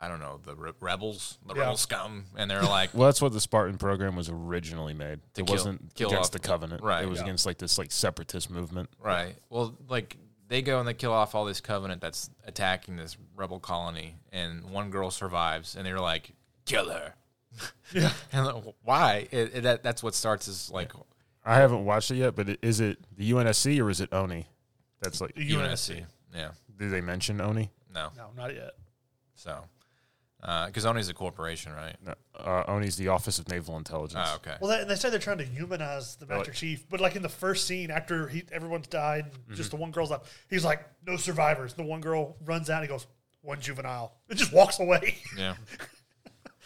S1: I don't know, the re- rebels, the
S3: Yeah.
S1: rebel scum, and they're like,
S2: Well, that's what the Spartan program was originally made. it
S1: kill-
S2: wasn't
S1: kill
S2: against
S1: off-
S2: the Covenant.
S1: right,
S2: It was
S1: yeah.
S2: against like this like separatist movement.
S1: right. Well, like they go and they kill off all this covenant that's attacking this rebel colony, and one girl survives, and they're like, kill her. Yeah. and like, why? It, it, that, that's what starts as like
S2: I haven't watched it yet, but it, is it the UNSC or is it Oni? That's like,
S1: UNSC. Yeah.
S2: did they mention Oni?
S1: No.
S3: no, not yet.
S1: So, because Oni's a corporation, right?
S2: No, uh, Oni's the Office of Naval Intelligence.
S1: Oh, okay.
S3: Well, they, they say they're trying to humanize the Master
S2: like-
S3: Chief, but like in the first scene after he, everyone's died, and just the one girl's left. He's like, "No survivors." The one girl runs out. and He goes, "One juvenile." It just walks away.
S1: Yeah.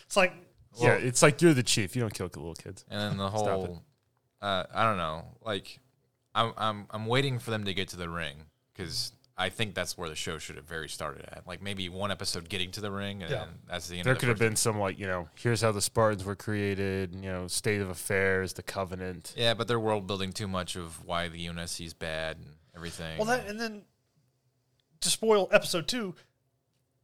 S3: it's like,
S2: yeah, it's like you're the chief. You don't kill little kids.
S1: And then the whole, uh, I don't know, like, I'm, I'm, I'm waiting for them to get to the ring because I think that's where the show should have very started at. Like maybe one episode getting to the ring, and
S3: Yeah.
S1: then that's the end.
S2: There
S1: of the
S2: could have
S1: first-
S2: been some like you know, here's how the Spartans were created. You know, state of affairs, the Covenant.
S1: Yeah, but they're world building too much of why the UNSC is bad and everything.
S3: well, that and then to spoil episode two,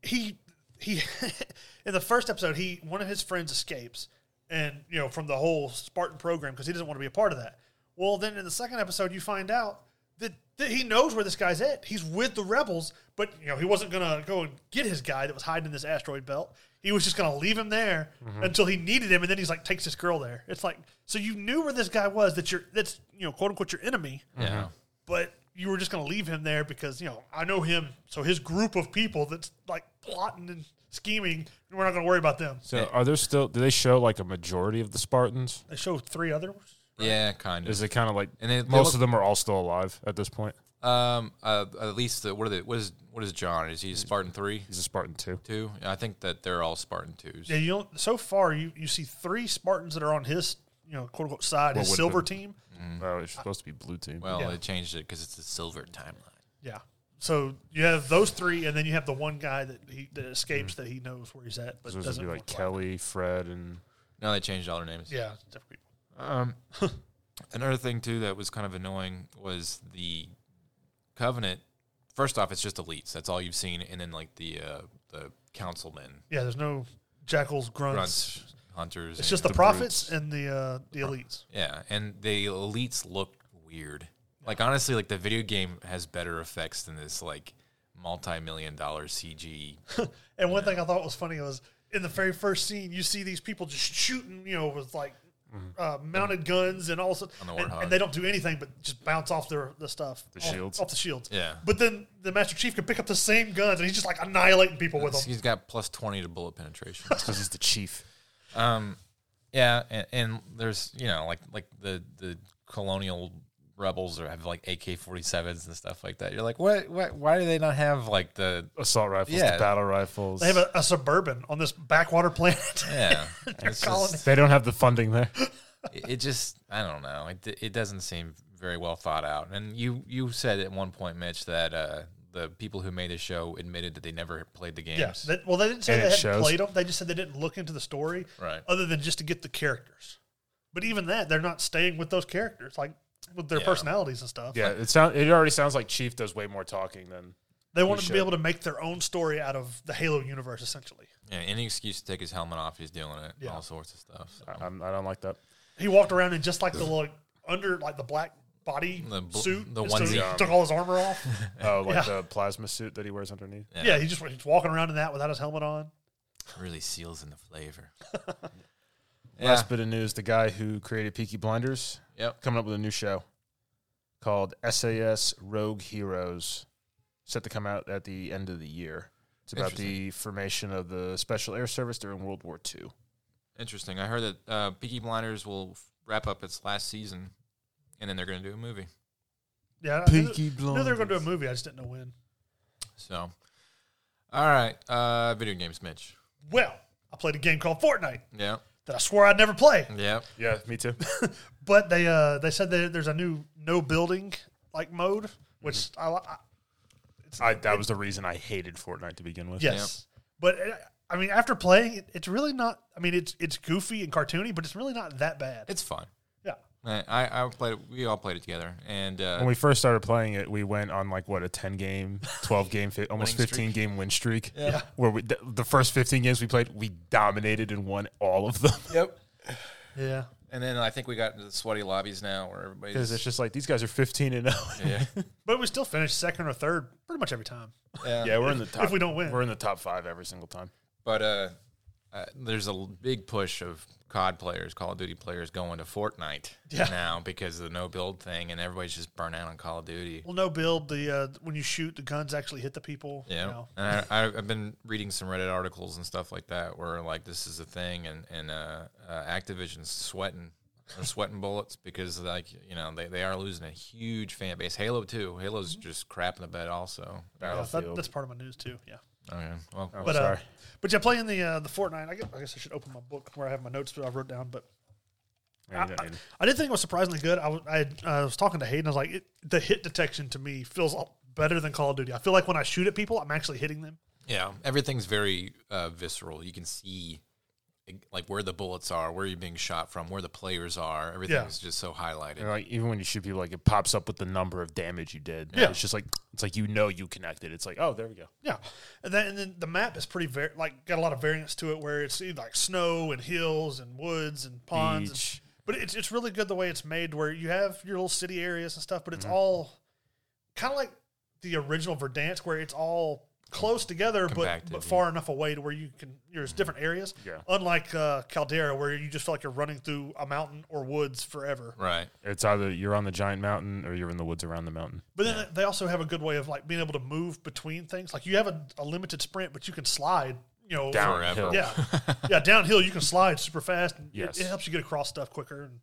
S3: he he in the first episode, he one of his friends escapes, and you know from the whole Spartan program because he doesn't want to be a part of that. Well, then in the second episode, you find out that, that he knows where this guy's at. He's with the rebels, but you know he wasn't gonna go and get his guy that was hiding in this asteroid belt. He was just gonna leave him there until he needed him, and then he's like takes this girl there. It's like so you knew where this guy was that you're that's you know quote unquote your enemy
S1: yeah.
S3: but you were just going to leave him there because you know I know him, so his group of people that's like plotting and scheming, we're not going to worry about them.
S2: So, are there still? Do they show like a majority of the Spartans?
S3: They show three others.
S1: Yeah, kind of.
S2: Is it kind of like
S1: And they,
S2: most of them are all still alive at this point?
S1: them, um, uh, at least the what are the what is what is John? Is he Spartan three,
S2: He's a Spartan too.
S1: two? I think that they're all Spartan twos.
S3: Yeah, you don't, so far you, you see three Spartans that are on his you know quote unquote side,
S2: What
S3: his
S2: would've
S3: silver
S2: been-
S3: team.
S2: Oh, it's supposed to be blue team.
S1: Well,
S3: Yeah.
S1: they changed it because it's the silver timeline.
S3: Yeah. So you have those three, and then you have the one guy that he that escapes that he knows where he's at, but
S2: Mm. so this would
S3: doesn't
S2: be like
S3: look like-
S2: Kelly, Fred, and
S1: No, they changed all their names.
S3: Yeah, it's different people.
S1: Um, another thing too that was kind of annoying was the covenant. First off, it's just elites. That's all you've seen, and then like the uh, the councilmen,
S3: Yeah, there's no jackals, grunts.
S1: grunts, hunters.
S3: It's
S1: and-
S3: just the,
S2: The
S3: prophets
S2: brutes.
S3: and the uh, the elites.
S1: yeah, and the elites look weird. Like honestly, like the video game has better effects than this like multi-million dollar CG.
S3: And one thing I thought was funny was in the very first scene, you see these people just shooting, you know, with like
S2: Mm-hmm.
S3: uh, mounted guns and all sorts,
S1: the
S3: and,
S1: Warthog.
S3: and they don't do anything but just bounce off their the stuff, the
S2: shields.
S3: off the shields.
S1: Yeah.
S3: But then the Master Chief can pick up the same guns and he's just like annihilating people with them.
S1: He's got plus twenty to bullet penetration.
S2: because he's the chief.
S1: Um, yeah, and, and there's you know like like the the colonial rebels or have like AK forty sevens and stuff like that. You're like, what, what? Why do they not have like the
S2: Assault rifles,
S1: Yeah.
S2: the battle rifles.
S3: They have a, a suburban on this backwater planet.
S1: yeah? it's
S3: calling
S1: just,
S2: They don't have the funding there.
S1: it it just I don't know. It d- it doesn't seem very well thought out. And you you said at one point, Mitch, that uh, the people who made the show admitted that they never played the games.
S3: Yeah. That, well, they didn't say
S2: And
S3: they
S2: it
S3: hadn't
S2: shows.
S3: played them. They just said they didn't look into the story,
S1: Right.
S3: Other than just to get the characters. But even that, they're not staying with those characters, like with their
S1: Yeah.
S3: personalities and stuff.
S2: Yeah, it sound it already sounds like Chief does way more talking than
S3: They wanted to
S2: should.
S3: be able to make their own story out of the Halo universe, essentially.
S1: Yeah, any excuse to take his helmet off, he's doing it.
S3: Yeah.
S1: All sorts of stuff. So.
S2: I, I'm, I don't like that.
S3: He walked around in just like the like under like the black body
S1: The bl-
S3: suit,
S1: the
S3: and so he
S1: onesie.
S3: took all his armor off.
S2: Oh, like
S3: Yeah.
S2: the plasma suit that he wears underneath.
S1: Yeah.
S3: yeah, he just he's walking around in that without his helmet on.
S1: Really seals in the flavor. yeah.
S2: Last bit of news: the guy who created Peaky Blinders
S1: Yep.
S2: coming up with a new show called SAS Rogue Heroes, set to come out at the end of the year. It's about the formation of the Special Air Service during World War II.
S1: Interesting. I heard that uh, Peaky Blinders will f- wrap up its last season, and then they're going to do a movie.
S3: Yeah, I knew,
S2: Blinders.
S3: knew they were going to do a movie. I just didn't know when.
S1: So, all right, uh, video games, Mitch.
S3: Well, I played a game called Fortnite
S1: Yeah,
S3: that I swore I'd never play.
S1: yeah.
S2: Yeah, me too.
S3: But they uh, they said that there's a new no building like mode, which
S1: Mm-hmm.
S3: I, li- I
S2: I, that was the reason I hated Fortnite to begin with.
S3: yes, but uh, I mean after playing it, it's really not. I mean it's it's goofy and cartoony, but it's really not that bad.
S1: It's fun.
S3: Yeah,
S1: I, I I played. It, we all played it together, and uh,
S2: When we first started playing it, we went on like what a ten game, twelve game, fi- almost
S1: Winning
S2: fifteen game win streak.
S1: Yeah.
S2: Where we, the, the first fifteen games we played, we dominated and won all of them.
S1: yep.
S3: yeah.
S1: And then I think we got into the sweaty lobbies now, where
S2: Because
S1: everybody's
S2: it's just like these guys are fifteen and oh. zero.
S1: yeah,
S3: But we still finish second or third pretty much every time.
S1: yeah.
S2: Yeah, we're in the top.
S3: we don't win.
S2: we're in the top five every single time.
S1: But uh, uh, there's a l- big push of COD players, Call of Duty players, going to Fortnite
S3: Yeah.
S1: now because of the no build thing, and everybody's just burnt out on Call of Duty.
S3: Well, no build the uh, when you shoot the guns actually hit the people. you
S1: Yeah,
S3: know.
S1: and I, I, I've been reading some Reddit articles and stuff like that where like this is a thing, and and uh, uh, Activision's sweating, they're sweating bullets because like you know they, they are losing a huge fan base. Halo two, Halo's just crap in the bed also.
S3: Mm-hmm. Yeah, that-
S2: Battlefield.
S3: that's part of my news too. Yeah,
S1: Okay, well,
S3: but uh,
S2: sorry.
S3: but yeah, playing the uh, the Fortnite. I guess, I guess I should open my book where I have my notes that I wrote down, but.
S2: Yeah, you don't need it.
S3: I did think it was surprisingly good. I was, I, had- uh, I was talking to Hayden. I was like, it, the hit detection to me feels a- better than Call of Duty. I feel like when I shoot at people, I'm actually hitting them.
S1: yeah, everything's very uh, visceral. You can see like where the bullets are, where you're being shot from, where the players are. Everything's just so highlighted.
S2: And, like even when you shoot people, like it pops up with the number of damage you did.
S3: Yeah.
S2: It's just like it's like you know you connected. It's like oh there we go.
S3: Yeah, and then and then the map is pretty ver- like got a lot of variance to it where it's e, like snow and hills and woods and ponds. and-
S2: Beach.
S3: but it's it's really good the way it's made where you have your little city areas and stuff, but it's all kind of like the original Verdansk where it's all close together
S1: Compacted,
S3: but but
S1: yeah.
S3: far enough away to where you can there's different areas.
S2: Yeah.
S3: Unlike uh, Caldera where you just feel like you're running through a mountain or woods forever.
S1: Right.
S2: It's either you're on the giant mountain or you're in the woods around the mountain.
S3: But then they also have a good way of like being able to move between things. Like you have a, a limited sprint, but you can slide. You know,
S2: Down
S1: Forever.
S2: hill.
S3: Yeah, yeah. Downhill, you can slide super fast. And it-
S2: Yes.
S3: it, helps you get across stuff quicker. And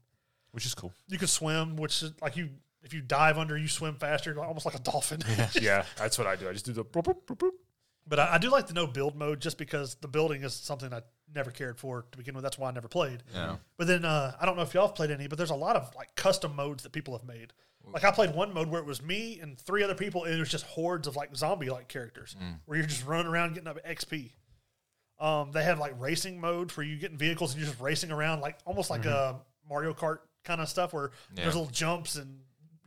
S2: which is cool.
S3: You can swim, which is like you if you dive under, you swim faster, like- almost like a dolphin.
S2: yeah, that's what I do. I just do the. boop, boop, boop, boop.
S3: but I, I do like the no build mode just because the building is something I never cared for to begin with. That's why I never played.
S1: Yeah.
S3: But then uh, I don't know if y'all have played any, but there's a lot of like custom modes that people have made. Like I played one mode where it was me and three other people, and it was just hordes of like zombie like characters
S1: Mm.
S3: where you're just running around getting up XP. Um, they have like racing mode where you get in vehicles and you're just racing around, like almost like a Mario Kart kind of stuff where
S1: Yeah.
S3: there's little jumps and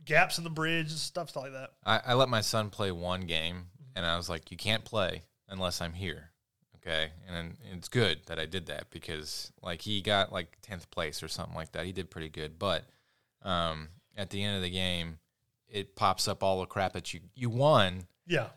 S3: gaps in the bridge and stuff like that.
S1: I, I let my son play one game, and I was like, "You can't play unless I'm here." Okay, and then it's good that I did that because like he got like tenth place or something like that. He did pretty good, but um, at the end of the game, it pops up all the crap that you you won.
S3: Yeah,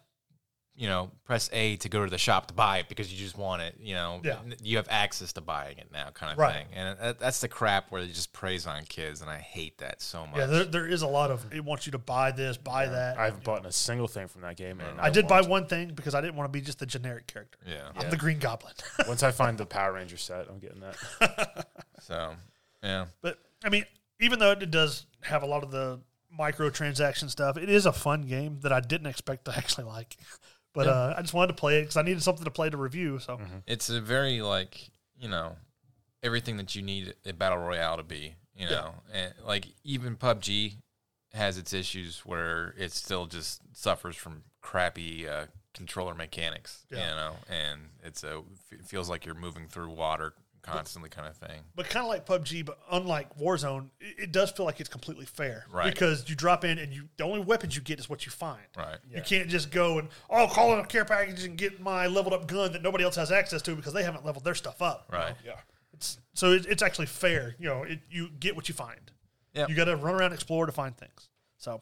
S1: You know, press A to go to the shop to buy it because you just want it. You know,
S3: Yeah.
S1: N- you have access to buying it now, kind of
S3: Right.
S1: thing. And that, that's the crap where they just preys on kids, and I hate that so much.
S3: yeah. There, there is a lot of it wants you to buy this, buy that.
S2: I haven't bought a single thing from that game. And
S3: I did buy
S2: want
S3: one thing because I didn't want to be just the generic character.
S1: yeah.
S3: I'm the Green Goblin.
S2: to. uh, Once I find the Power Ranger set, I'm getting that.
S1: So yeah.
S3: But I mean, even though it does have a lot of the microtransaction stuff, it is a fun game that I didn't expect to actually like. But uh, I just wanted to play it because I needed something to play to review. So
S1: it's a very like you know everything that you need a battle royale to be you know and like even pubg has its issues where it still just suffers from crappy uh, controller mechanics you
S3: Yeah.
S1: know and it's a it feels like you're moving through water constantly kind of thing
S3: but kind of like PUBG, but unlike Warzone, it, it does feel like it's completely fair,
S1: Right.
S3: Because you drop in and you the only weapons you get is what you find.
S1: right
S3: You can't just go and oh, call in a care package and get my leveled up gun that nobody else has access to because they haven't leveled their stuff up.
S1: right
S2: yeah.
S3: It's, so it, it's actually fair. You know, it, you get what you find.
S1: Yep.
S3: You got to run around and explore to find things. So,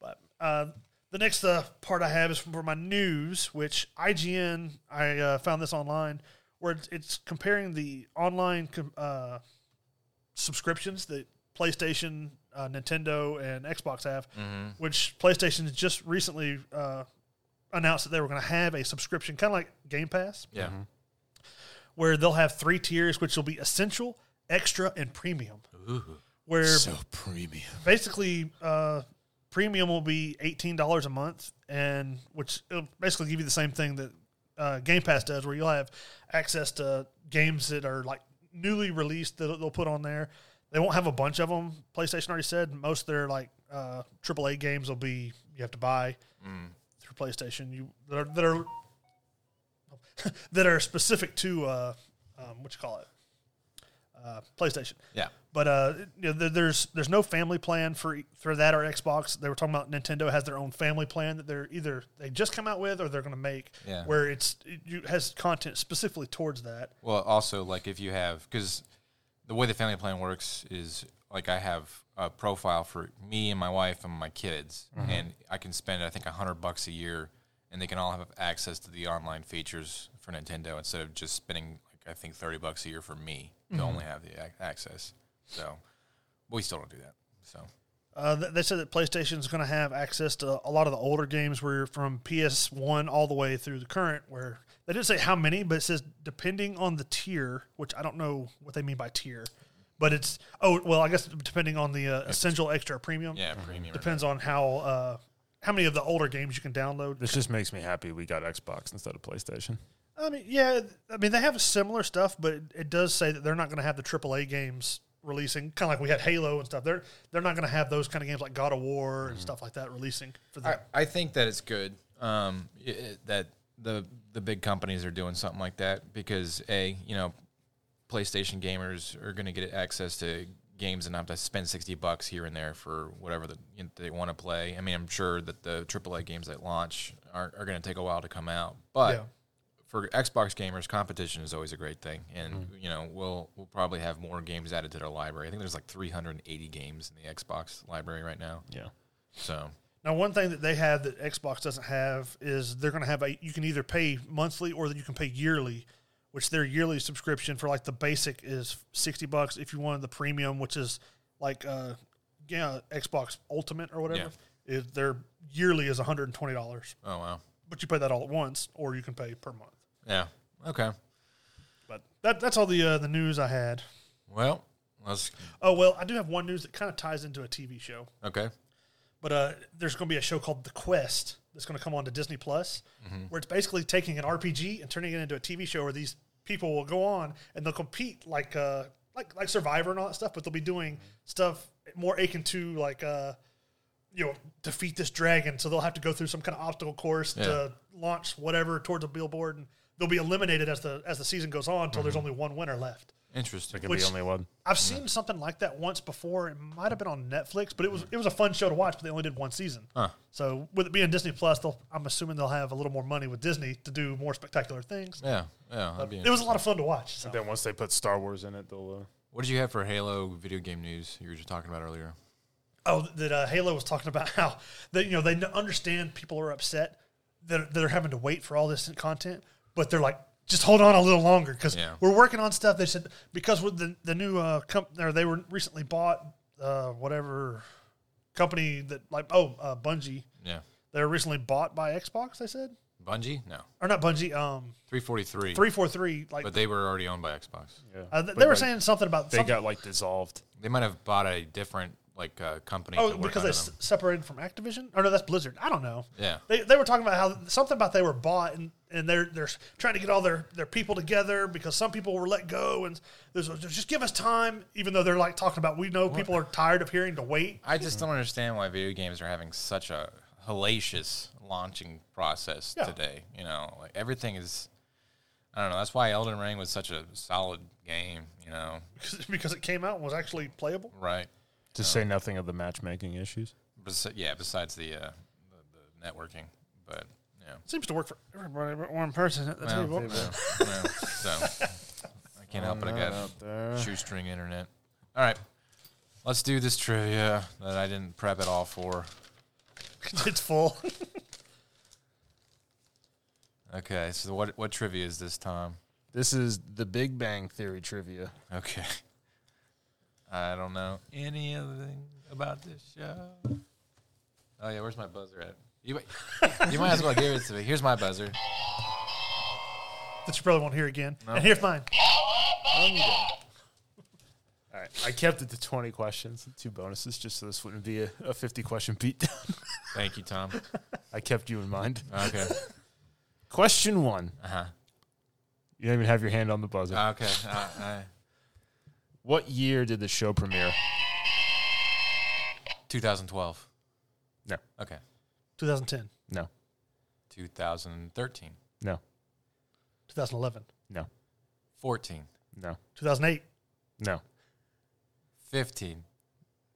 S3: but uh, the next uh, part I have is for my news, which IGN, I uh, found this online, where it's, it's comparing the online com- uh, subscriptions that PlayStation, uh, Nintendo, and Xbox have, which PlayStation has just recently uh, announced that they were going to have a subscription, kind of like Game Pass
S1: yeah
S3: where they'll have three tiers, which will be essential, extra, and premium. Where
S2: premium.
S3: basically, uh, premium will be eighteen dollars a month, and which it'll basically give you the same thing that uh, Game Pass does, where you'll have access to games that are like newly released that they'll put on there. They won't have a bunch of them. PlayStation already said most of their like uh, AAA games will be you have to buy through PlayStation. You that are that are, that are specific to uh, um, what you call it, uh, PlayStation.
S1: yeah
S3: But uh, you know, there, there's there's no family plan for e- for that or Xbox. They were talking about Nintendo has their own family plan that they're either they just come out with or they're going to make
S1: Yeah.
S3: where it's it you- has content specifically towards that.
S1: Well, also like if you have because the way the family plan works is like I have a profile for me and my wife and my kids, and I can spend I think a hundred bucks a year, and they can all have access to the online features for Nintendo instead of just spending like I think thirty bucks a year for me to only have the ac- access. So, but we still don't do that. So
S3: Uh, th- they said that PlayStation is going to have access to a lot of the older games where from PS One all the way through the current. Where they didn't say how many, but it says depending on the tier, which I don't know what they mean by tier, but it's oh well, I guess depending on the uh, essential, extra, or premium.
S1: yeah, premium. or
S3: depends on how uh, how many of the older games you can download.
S2: This just makes me happy. We got Xbox instead of PlayStation.
S3: I mean, yeah, I mean they have similar stuff, but it, it does say that they're not going to have the AAA games releasing, kind of like we had Halo and stuff. They're they're not going to have those kind of games like God of War and stuff like that releasing for them.
S1: I, I think that it's good um, i- i- that the the big companies are doing something like that because a you know PlayStation gamers are going to get access to games and not have to spend sixty bucks here and there for whatever the, you know, they want to play. I mean, I'm sure that the AAA games that launch are, are going to take a while to come out, but.
S3: Yeah.
S1: For Xbox gamers, competition is always a great thing, and you know we'll we'll probably have more games added to their library. I think there's like 380 games in the Xbox library right now.
S2: Yeah.
S1: So
S3: Now, one thing that they have that Xbox doesn't have is they're going to have a you can either pay monthly or that you can pay yearly, which their yearly subscription for like the basic is sixty bucks. If you wanted the premium, which is like uh, yeah, Xbox Ultimate or whatever, is their yearly is one hundred and twenty dollars.
S1: oh wow,
S3: But you pay that all at once, or you can pay per month.
S1: yeah, okay.
S3: But that that's all the uh, the news I had.
S1: Well, Let's-
S3: Oh well, I do have one news that kind of ties into a TV show.
S1: okay.
S3: But uh, there's going to be a show called The Quest that's going to come on to Disney Plus, where it's basically taking an RPG and turning it into a TV show where these people will go on and they'll compete like uh, like like Survivor and all that stuff, but they'll be doing stuff more akin to like uh, you know defeat this dragon. So they'll have to go through some kind of obstacle course
S1: Yeah.
S3: to launch whatever towards a billboard, and they'll be eliminated as the as the season goes on until there's only one winner left.
S1: Interesting.
S2: Could be
S3: Which-
S2: the only one.
S3: I've seen something like that once before. It might have been on Netflix, but it was it was a fun show to watch. But they only did one season.
S1: Huh.
S3: So with it being Disney Plus, they'll, I'm assuming they'll have a little more money with Disney to do more spectacular things.
S1: Yeah, yeah. That'd be
S3: It was a lot of fun to watch. So.
S2: Then once they put Star Wars in it, they'll. Uh,
S1: What did you have for Halo video game news you were just talking about earlier?
S3: Oh, that uh, Halo was talking about how that you know they n- understand people are upset that that are having to wait for all this content, but they're like, just hold on a little longer because
S1: Yeah.
S3: we're working on stuff. They said because with the the new uh, company or they were recently bought uh, whatever company that like oh uh, Bungie
S1: Yeah,
S3: they were recently bought by Xbox. They said
S1: Bungie? No,
S3: or not Bungie um
S1: three forty three.
S3: three four three like
S1: But they were already owned by Xbox.
S2: yeah.
S3: uh, th-
S2: But,
S3: they were
S2: like,
S3: saying something about
S2: they
S3: something,
S2: got like dissolved.
S1: They might have bought a different like uh, company.
S3: oh
S1: to work
S3: because they
S1: under
S3: s-
S1: them.
S3: separated from Activision or no that's Blizzard I don't know
S1: Yeah.
S3: They, they were talking about how something about they were bought and, and they're they're trying to get all their, their people together because some people were let go and there's a- just give us time even though they're like talking about we know people are tired of hearing to wait
S1: I just don't understand why video games are having such a hellacious launching process
S3: Yeah.
S1: today. You know, like everything is. I don't know. That's why Elden Ring was such a solid game. You know,
S3: because it came out and was actually playable.
S1: right?
S2: To say nothing of the matchmaking issues.
S1: Bes- yeah. Besides the, uh, the the networking, but yeah.
S3: Seems to work for everybody but one person at the
S1: Well,
S3: table.
S1: well, well, so I can't help it. I got
S2: there.
S1: shoestring internet. All right, let's do this trivia that I didn't prep at all for.
S3: it's full.
S1: Okay, so what what trivia is this, Tom?
S2: This is the Big Bang Theory trivia.
S1: Okay, I don't know any other thing about this show. Oh yeah, where's my buzzer at? You might, you might as well give it to me. Here's my buzzer.
S3: that you probably won't hear again. And here's mine.
S2: All right, I kept it to 20 questions, and two bonuses, just so this wouldn't be a, a 50 question beatdown.
S1: Thank you, Tom.
S2: I kept you in mind.
S1: Okay,
S2: Question one.
S1: uh-huh.
S2: You don't even have your hand on the buzzer.
S1: okay. I, I,
S2: Uh, what year did the show premiere?
S1: 2012.
S2: No.
S1: Okay,
S3: 2010,
S2: No.
S1: 2013,
S2: No.
S3: 2011,
S2: No.
S1: 14,
S2: No.
S3: 2008,
S2: No.
S1: 15,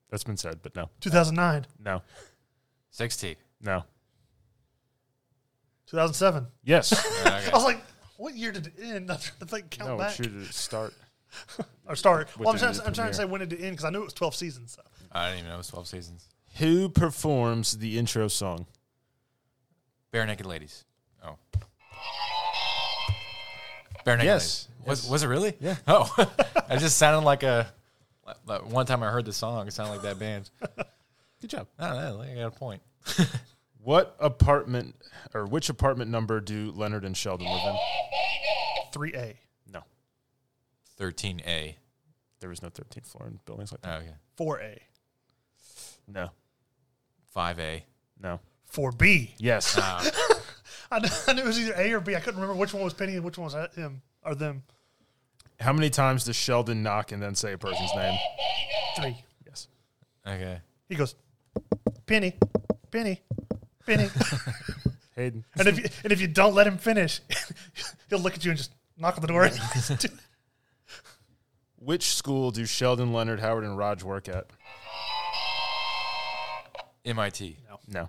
S2: That's been said, but no.
S3: 2009,
S2: No.
S1: 16.
S2: No.
S3: 2007.
S2: Yes.
S1: Okay.
S3: I was like, what year did it end? I'm trying to think, count
S2: no,
S3: back.
S2: it's your to start.
S3: Or start. Well, I'm
S2: Within
S3: trying,
S2: the
S3: I'm trying
S2: premiere.
S3: to say when did it end because I knew it was 12 seasons. So.
S1: I didn't even know it was 12 seasons.
S2: Who performs the intro song?
S1: Bare Naked Ladies. Oh. Bare Naked
S2: Yes,
S1: Ladies. Was,
S2: yes.
S1: was it really?
S2: Yeah.
S1: Oh. it just sounded like a. like- like one time I heard the song, it sounded like that band.
S2: Good job.
S1: I don't know. I got a point.
S2: What apartment or which apartment number do Leonard and Sheldon live in?
S3: 3A.
S2: No.
S1: 13A.
S2: There is no 13th floor in buildings like
S1: Oh,
S2: that.
S1: yeah.
S3: 4A.
S2: No.
S1: 5A.
S2: No.
S3: 4B.
S2: Yes.
S1: Oh,
S3: I knew, I knew it was either A or B. I couldn't remember which one was Penny and which one was him or them.
S2: How many times does Sheldon knock and then say a person's name?
S3: Three.
S2: Yes.
S1: okay.
S3: He goes, Penny, Penny, Penny.
S2: Hayden.
S3: and, if you, and if you don't let him finish, he'll look at you and just knock on the door.
S2: Which school do Sheldon, Leonard, Howard, and Raj work at?
S1: MIT.
S2: No.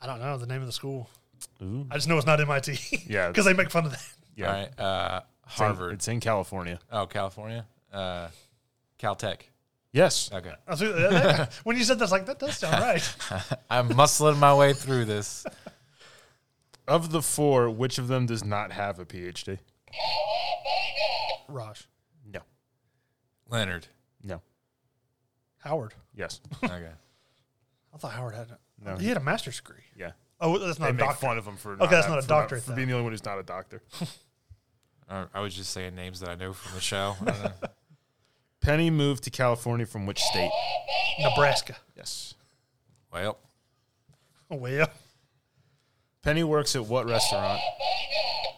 S3: I don't know the name of the school.
S2: Ooh.
S3: I just know it's not MIT.
S2: Yeah.
S3: Because they make fun of that.
S2: Yeah.
S1: All right. Uh,
S2: It's in-
S1: Harvard.
S2: It's in California.
S1: oh, California. Uh, Caltech.
S2: Yes.
S1: Okay.
S3: I was like, "That- that- when you said that's like, that does sound right.
S1: I'm muscling my way through this.
S2: Of the four, which of them does not have a PhD?
S3: Raj,
S2: No.
S1: Leonard.
S2: No.
S3: Howard.
S2: Yes.
S1: Okay.
S3: I thought Howard had it.
S2: No.
S3: He had a master's degree.
S2: Yeah.
S3: Oh, that's not
S2: They
S3: a
S2: make
S3: doctor.
S2: fun of him for
S3: Okay, that's not a
S2: for
S3: doctorate,
S2: for being the only one who's not a doctor.
S1: I I was just saying names that I know from the show. I don't know.
S2: Penny moved to California from which state?
S3: Nebraska.
S2: Yes.
S1: Well,
S3: Oh, well,
S2: Penny works at what restaurant?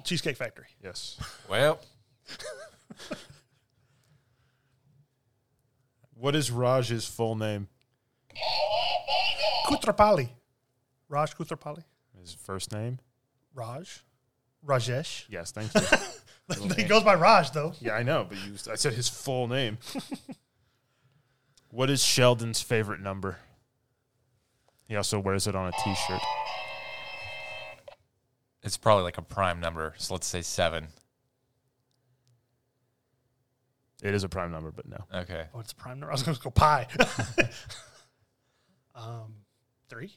S3: Cheesecake Factory.
S2: Yes.
S1: well,
S2: What is Raj's full name?
S3: Kutrapali. Raj Kutrapali.
S2: His first name?
S3: Raj. Rajesh.
S2: Yes, thank you.
S3: he goes by Raj, though.
S2: yeah, I know, but you, I said his full name. what is Sheldon's favorite number? He also wears it on a T-shirt.
S1: it's probably like a prime number. So let's say seven.
S2: It is a prime number, but no.
S1: Okay.
S3: Oh, it's prime number. I was going to go pie. um, three.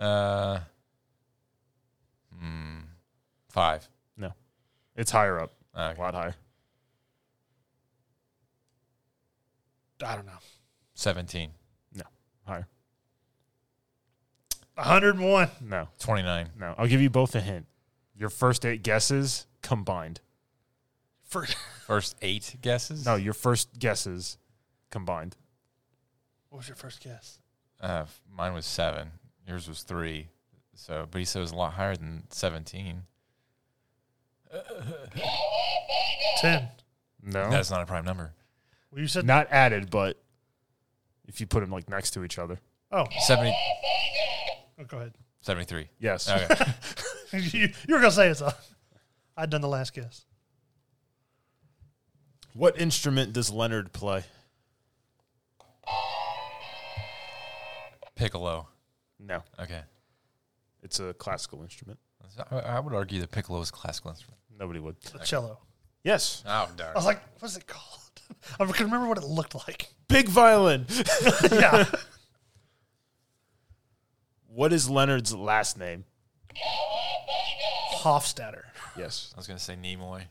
S1: Uh, hmm, five.
S2: It's higher up,
S1: Okay.
S2: a lot higher.
S3: I don't know.
S1: 17,
S2: Higher.
S3: 101.
S2: No,
S1: 29.
S2: no. I'll give you both a hint. Your first eight guesses combined.
S3: First.
S1: First eight guesses?
S2: No, your first guesses combined.
S3: What was your first guess?
S1: Uh, f- mine was seven. Yours was three. So, but he said it was a lot higher than 17.
S3: 10.
S2: No,
S1: That's not a prime number.
S3: Well, you said.
S2: not added, but if you put them like next to each other.
S3: Oh,
S1: 70,
S3: oh, go ahead.
S1: 73.
S2: Yes.
S1: Okay.
S3: you, you were going to say it's a. I'd done the last guess.
S2: What instrument does Leonard play?
S1: piccolo.
S2: No,
S1: Okay.
S2: it's a classical instrument.
S1: So I, I would argue that piccolo is a classical instrument.
S2: Nobody would.
S3: The cello.
S2: Yes.
S1: Oh,
S3: I was
S1: darn.
S3: like, what's it called? I can remember what it looked like.
S2: Big violin.
S3: yeah.
S2: what is Leonard's last name?
S3: Hofstadter.
S2: Yes.
S1: I was going to say Nimoy.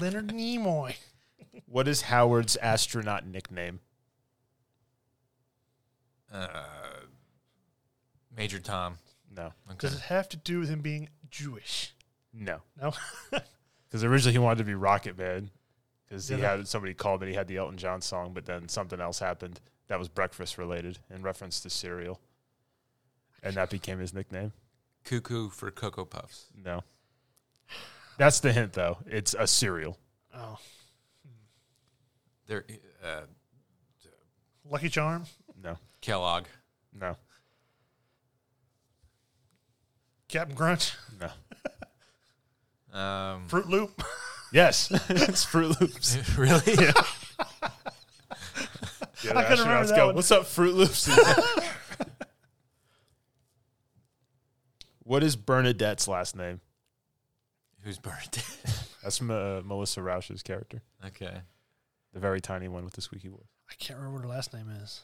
S3: Leonard Nimoy.
S2: What is Howard's astronaut nickname?
S1: Uh, Major Tom.
S2: No.
S1: Okay.
S3: Does it have to do with him being Jewish?
S2: No.
S3: No.
S2: Because originally he wanted to be Rocket Man. Because he
S3: Did I?
S2: had somebody called that he had the Elton John song, but then something else happened that was breakfast related in reference to cereal. And that became his nickname.
S1: Cuckoo for Cocoa Puffs.
S2: No. That's the hint, though. It's a cereal.
S3: oh,
S1: There, uh,
S3: Lucky Charm.
S2: No.
S1: Kellogg.
S2: No.
S3: Captain Crunch.
S2: No.
S1: Um,
S3: Fruit Loop.
S2: Yes. it's Fruit Loops.
S1: really?
S2: Yeah,
S3: I couldn't remember that one.
S2: What's up, Fruit Loops? what is Bernadette's last name?
S1: Who's burned?
S2: That's M- uh, Melissa Rauch's character,
S1: okay.
S2: the very tiny one with the squeaky voice.
S3: I can't remember what her last name is.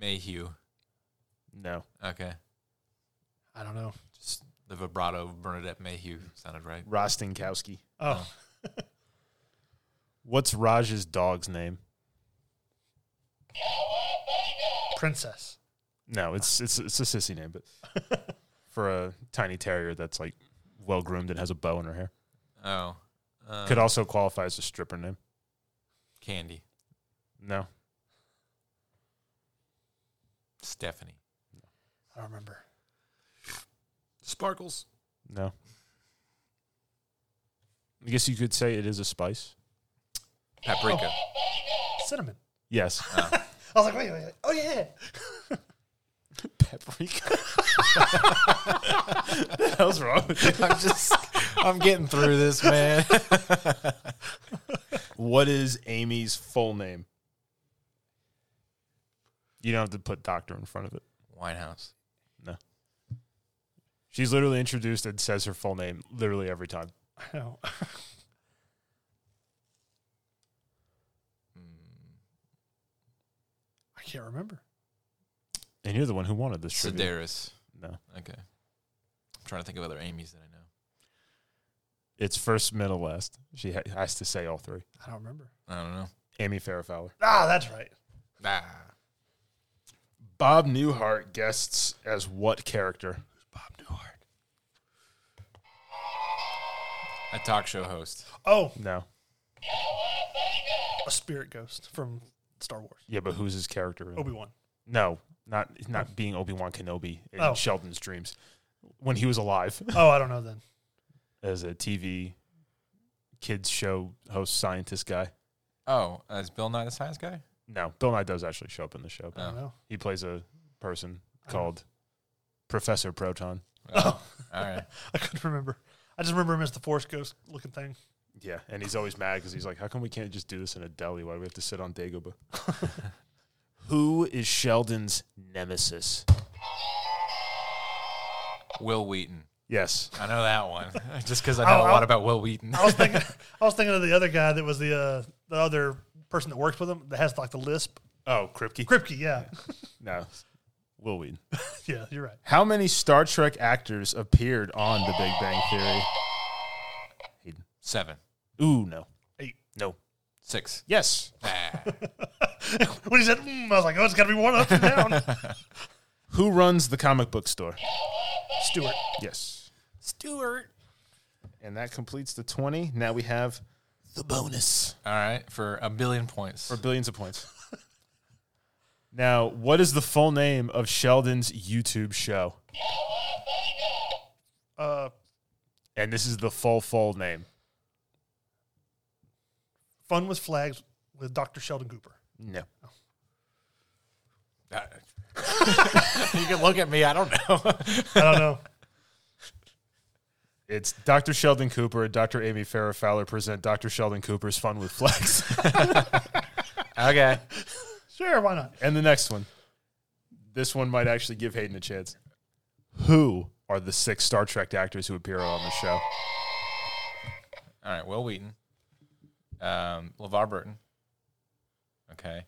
S1: Mayhew.
S2: No.
S1: Okay.
S3: I don't know.
S1: Just the vibrato of Bernadette Mayhew sounded right.
S2: Rostinkowski.
S3: Oh,
S2: What's Raj's dog's name?
S3: Oh. Princess.
S2: No, it's it's it's a sissy name, but for a tiny terrier that's like well groomed and has a bow in her hair,
S1: Oh. Uh,
S2: could also qualify as a stripper name.
S1: Candy.
S2: No,
S1: Stephanie.
S3: I don't remember.
S1: Sparkles.
S2: no. I guess you could say it is a spice.
S1: Paprika.
S3: Cinnamon.
S2: Yes,
S3: I was like, wait, wait, wait. Oh, yeah.
S2: paprika. the hell's wrong with you?
S1: I'm just, I'm getting through this, man.
S2: What is Amy's full name? You don't have to put doctor in front of it.
S1: Winehouse.
S2: She's literally introduced and says her full name literally every time.
S3: I know. I can't remember.
S2: And you're the one who wanted this trivia.
S1: Sedaris.
S2: No.
S1: Okay. I'm trying to think of other Amy's that I know.
S2: It's first, middle, last. She ha- has to say all three.
S3: I don't remember.
S1: I don't know.
S2: Amy Farrah Fowler.
S3: Ah, that's right.
S1: Ah.
S2: Bob Newhart guests as what character?
S3: Bob Newhart.
S1: A talk show host.
S3: Oh,
S2: No.
S3: a spirit ghost from Star Wars.
S2: Yeah, but who's his character? in-
S3: Obi Wan.
S2: No, not not being Obi Wan Kenobi in
S3: Oh.
S2: Sheldon's dreams when he was alive
S3: Oh, I don't know then.
S2: as a TV kids show host scientist guy.
S1: Oh, uh, is Bill Nye the Science Guy?
S2: No, Bill Nye does actually show up in the show.
S3: I don't know.
S2: He plays a person
S3: I don't-
S2: Oh. called Professor Proton.
S1: Oh, all right.
S3: I couldn't remember. I just remember him as the Force ghost looking thing.
S2: Yeah, and he's always mad because he's like, "How come we can't just do this in a deli? Why do we have to sit on Dagobah?" Who is Sheldon's nemesis?
S1: Will Wheaton.
S2: Yes,
S1: I know that one just because I know
S3: Oh,
S1: a
S3: I'll-
S1: lot about Will Wheaton.
S3: I was thinking, I was thinking of the other guy that was the uh, the other person that works with him that has like the lisp.
S2: Oh, Kripke.
S3: Kripke, yeah,
S2: no, Will Wheaton.
S3: yeah, you're right.
S2: How many Star Trek actors appeared on The Big Bang Theory?
S1: Seven,
S2: Ooh, no.
S3: Eight.
S2: No.
S1: six.
S2: Yes.
S1: Ah,
S3: when he said, mm, I was like, oh, it's got to be one up and down.
S2: Who runs the comic book store?
S3: Stewart.
S2: Yes.
S1: Stewart.
S2: And that completes the 20. Now we have the bonus
S1: All right, for a billion points.
S2: for billions of points. now, what is the full name of Sheldon's YouTube show?
S3: Uh,
S2: And this is the full, full name.
S3: Fun with Flags with Dr. Sheldon Cooper.
S2: No.
S1: Uh, you can look at me. I don't know.
S3: I don't know.
S2: It's Dr. Sheldon Cooper and Dr. Amy Farrah Fowler present Dr. Sheldon Cooper's Fun with Flex.
S1: okay.
S3: sure, why not?
S2: And the next one. This one might actually give Hayden a chance. Who are the six Star Trek actors who appear on the show?
S1: All right. Will Wheaton. Um, LeVar Burton. Okay.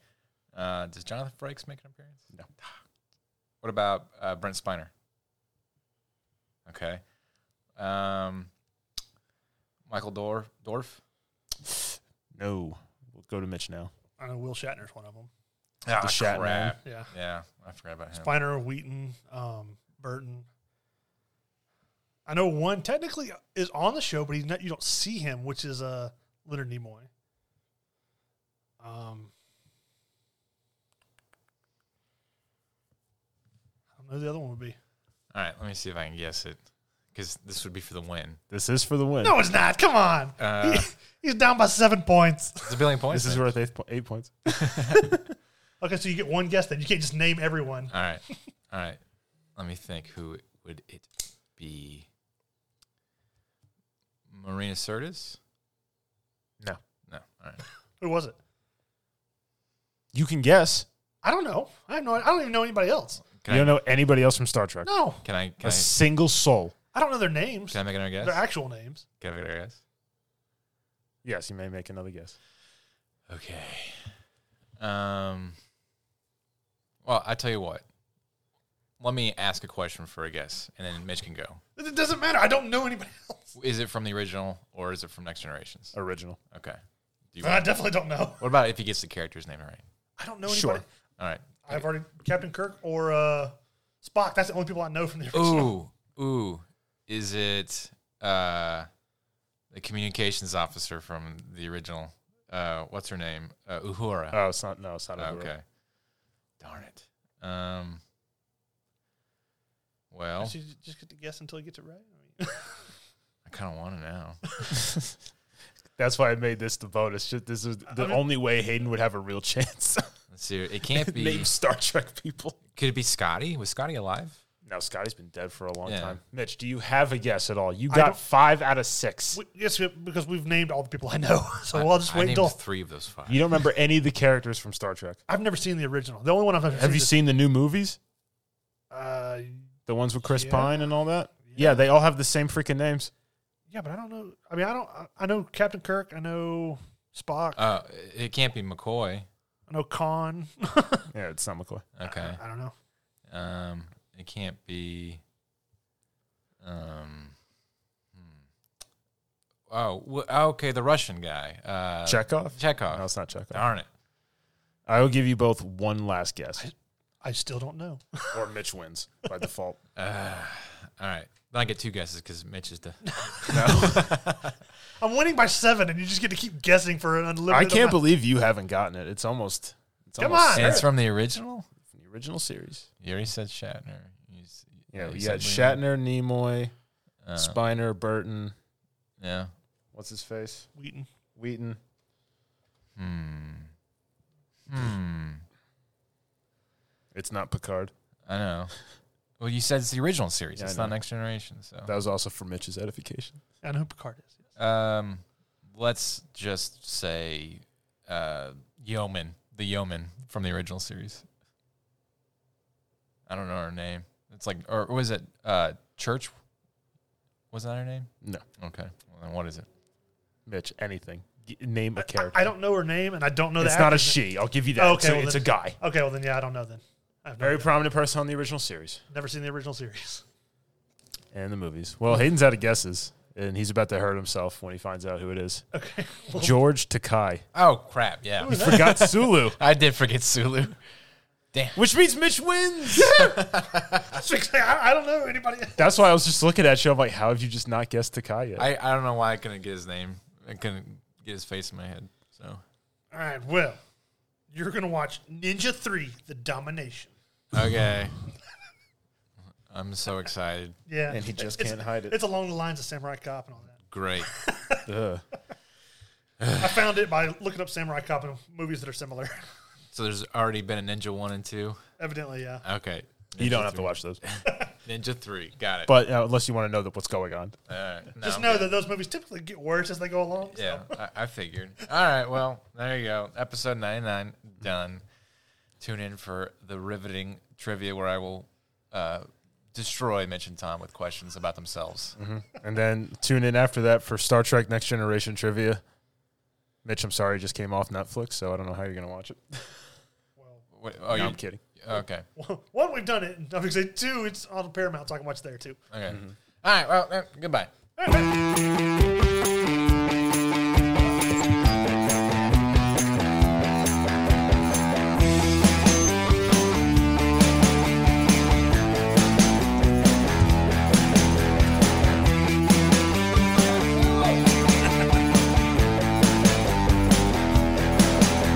S1: Uh, does Jonathan Frakes make an appearance?
S2: No.
S1: What about uh, Brent Spiner? Okay. Um, Michael Dorf. Dorf.
S2: No. We'll go to Mitch now.
S3: I know Will Shatner's one of them.
S1: Ah,
S2: The Shat Man.
S3: Yeah.
S1: Yeah, I forgot about him.
S3: Spiner, Wheaton, um, Burton. I know one technically is on the show, but he's not, you don't see him, which is uh, Leonard Nimoy. Um, I don't know who the other one would be.
S1: All right, let me see if I can guess it, because this would be for the win.
S2: This is for the win.
S3: No, it's not. Come on.
S1: Uh,
S3: he's down by seven points.
S1: It's a billion points.
S2: This is
S1: then.
S2: worth eight, po- eight points.
S3: Okay, so you get one guess then. You can't just name everyone.
S1: all right, all right. Let me think. Who would it be? Marina Sirtis?
S2: No.
S1: No. All right.
S3: Who was it?
S2: You can guess.
S3: I don't know. I have no. I don't even know anybody else.
S1: Can
S2: you
S1: I,
S2: don't know anybody else from Star Trek.
S3: No,
S1: Can I?
S2: A
S1: Can I,
S2: single soul.
S3: I don't know their names.
S1: can I make another guess?
S3: Their actual names.
S1: can I make another guess?
S2: Yes, you may make another guess.
S1: Okay. Um. Well, I tell you what. Let me ask a question for a guess, and then Mitch can go.
S3: It it doesn't matter. I don't know anybody else.
S1: Is it from the original or is it from Next Generations?
S2: Original.
S1: Okay. Do you
S3: I definitely don't know.
S1: What about if he gets the character's name right?
S3: I don't know anybody.
S2: Sure.
S1: All right.
S3: I've already Captain Kirk or uh, Spock. That's the only people I know from the original.
S1: Ooh, ooh. Is it uh, the communications officer from the original? Uh, what's her name? Uh, Uhura.
S2: Oh, it's not. No, it's not.
S1: okay. Darn it. Um. Well,
S3: Should you just get to guess until you get it right. I mean,
S1: I kind of want to know.
S2: That's why I made this the bonus. Just- This is the only way Hayden would have a real chance.
S1: Let's see. It can't be.
S2: Name Star Trek people.
S1: Could it be Scotty? Was Scotty alive?
S2: No, Scotty's been dead for a long
S1: Yeah.
S2: time. Mitch, do you have a guess at all? You
S3: I
S2: got
S3: don't-
S2: five out of six.
S3: we, yes, we- because we've named all the people I know. So I, will just
S1: I
S3: wait
S1: named
S3: until
S1: three of those five.
S2: You don't remember any of the characters from Star Trek.
S3: I've never seen the original. The only one I've ever
S2: Have you
S3: is-
S2: seen the new movies?
S3: Uh,
S2: The ones with Chris
S3: Yeah.
S2: Pine and all that? Yeah. they all have the same freaking names.
S3: yeah, but I don't know. I mean, I don't. I- I know Captain Kirk. I know Spock.
S1: Uh, it can't be McCoy.
S3: I know Khan.
S2: Yeah, it's not McCoy.
S1: Okay.
S3: I don't know.
S1: Um, it can't be. Um. hmm. Oh, wh- oh, okay. The Russian guy. Uh,
S2: Chekhov?
S1: Chekhov.
S2: No, it's not Chekhov.
S1: Darn it.
S2: I will give you both one last guess.
S3: I still don't know.
S2: or Mitch wins by default.
S1: Uh, All right. Then I get two guesses because Mitch is the.
S2: No.
S3: I'm winning by seven, and you just get to keep guessing for an unlimited.
S2: I can't
S3: amount.
S2: believe you haven't gotten it. It's almost. It's
S3: Come
S2: almost
S3: on.
S1: And it's from the original.
S2: the original series.
S1: You already said Shatner. You, s-
S2: Yeah,
S1: you
S2: we
S1: said
S2: got
S1: Leo.
S2: Shatner, Nimoy,
S1: Uh,
S2: Spiner, Burton.
S1: yeah.
S2: What's his face?
S3: Wheaton.
S2: Wheaton.
S1: Hmm. Hmm.
S2: It's not Picard.
S1: I know. Well, you said it's the original series.
S2: Yeah, I
S1: it's not
S2: know.
S1: Next Generation. So,
S2: That was also for Mitch's edification.
S3: I know who Picard is.
S1: um, let's just say, uh, Yeoman, the Yeoman from the original series. I don't know her name. It's like, or was it uh, Church? Was that her name?
S2: No.
S1: Okay. Well, then what is it?
S2: Mitch, anything. G- name a character.
S3: I, I don't know her name, and I don't know
S2: it's
S3: the
S2: not a
S3: actor's
S2: she. I'll give you that.
S3: Oh,
S2: it's
S3: okay,
S2: a,
S3: well
S2: it's a
S3: then-
S2: guy.
S3: name. Okay, well then, yeah, I don't know then. I've
S2: Very
S3: never,
S2: prominent person on the original series
S3: never seen the original series.
S2: and the movies. Well, Hayden's out of guesses, and he's about to hurt himself when he finds out who it is.
S3: Okay, well,
S2: George Takai.
S1: Oh crap! Yeah,
S2: He forgot Sulu,
S1: I did forget Sulu.
S2: which means Mitch wins.
S3: that's exactly- I, I don't know anybody.
S2: That's why I was just looking at you. I'm like, how have you just not guessed Takai yet?
S1: I, I don't know why I couldn't get his name. I couldn't get his face in my head. So
S3: All right, well, you're gonna watch Ninja Three: The Domination.
S1: okay, I'm so excited.
S3: Yeah,
S2: and he just
S3: It's-
S2: can't hide it.
S3: It's along the lines of Samurai Cop and all that.
S1: Great.
S2: Ugh.
S3: I found it by looking up Samurai Cop and movies that are similar.
S1: So there's already been a Ninja one and two.
S3: Evidently, yeah.
S1: Okay,
S2: You
S1: Ninja
S2: don't have to
S1: three.
S2: watch those.
S1: Ninja three. Got it.
S2: But uh, unless you want to know that what's going on,
S1: All right. No,
S3: Just
S1: I'm
S3: know
S1: good.
S3: that those movies typically get worse as they go along. so-
S1: Yeah, I, I figured. All right. Well, there you go. Episode 99 done. Tune in for the riveting trivia where I will uh, destroy Mitch and Tom with questions about themselves.
S2: and then tune in after that for Star Trek Next Generation trivia. Mitch, I'm sorry, just came off Netflix, so I don't know how you're gonna watch it.
S1: Wait, oh,
S2: Mm-hmm. no,
S1: you
S2: I'm kidding.
S1: okay?
S3: One, we've done it. And obviously, two, it's on Paramount, so I can watch there too.
S1: Okay.
S2: Mm-hmm.
S1: All right. Well, eh, goodbye.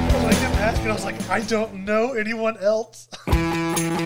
S3: I was like, I kept asking, I was like, I don't know anyone else.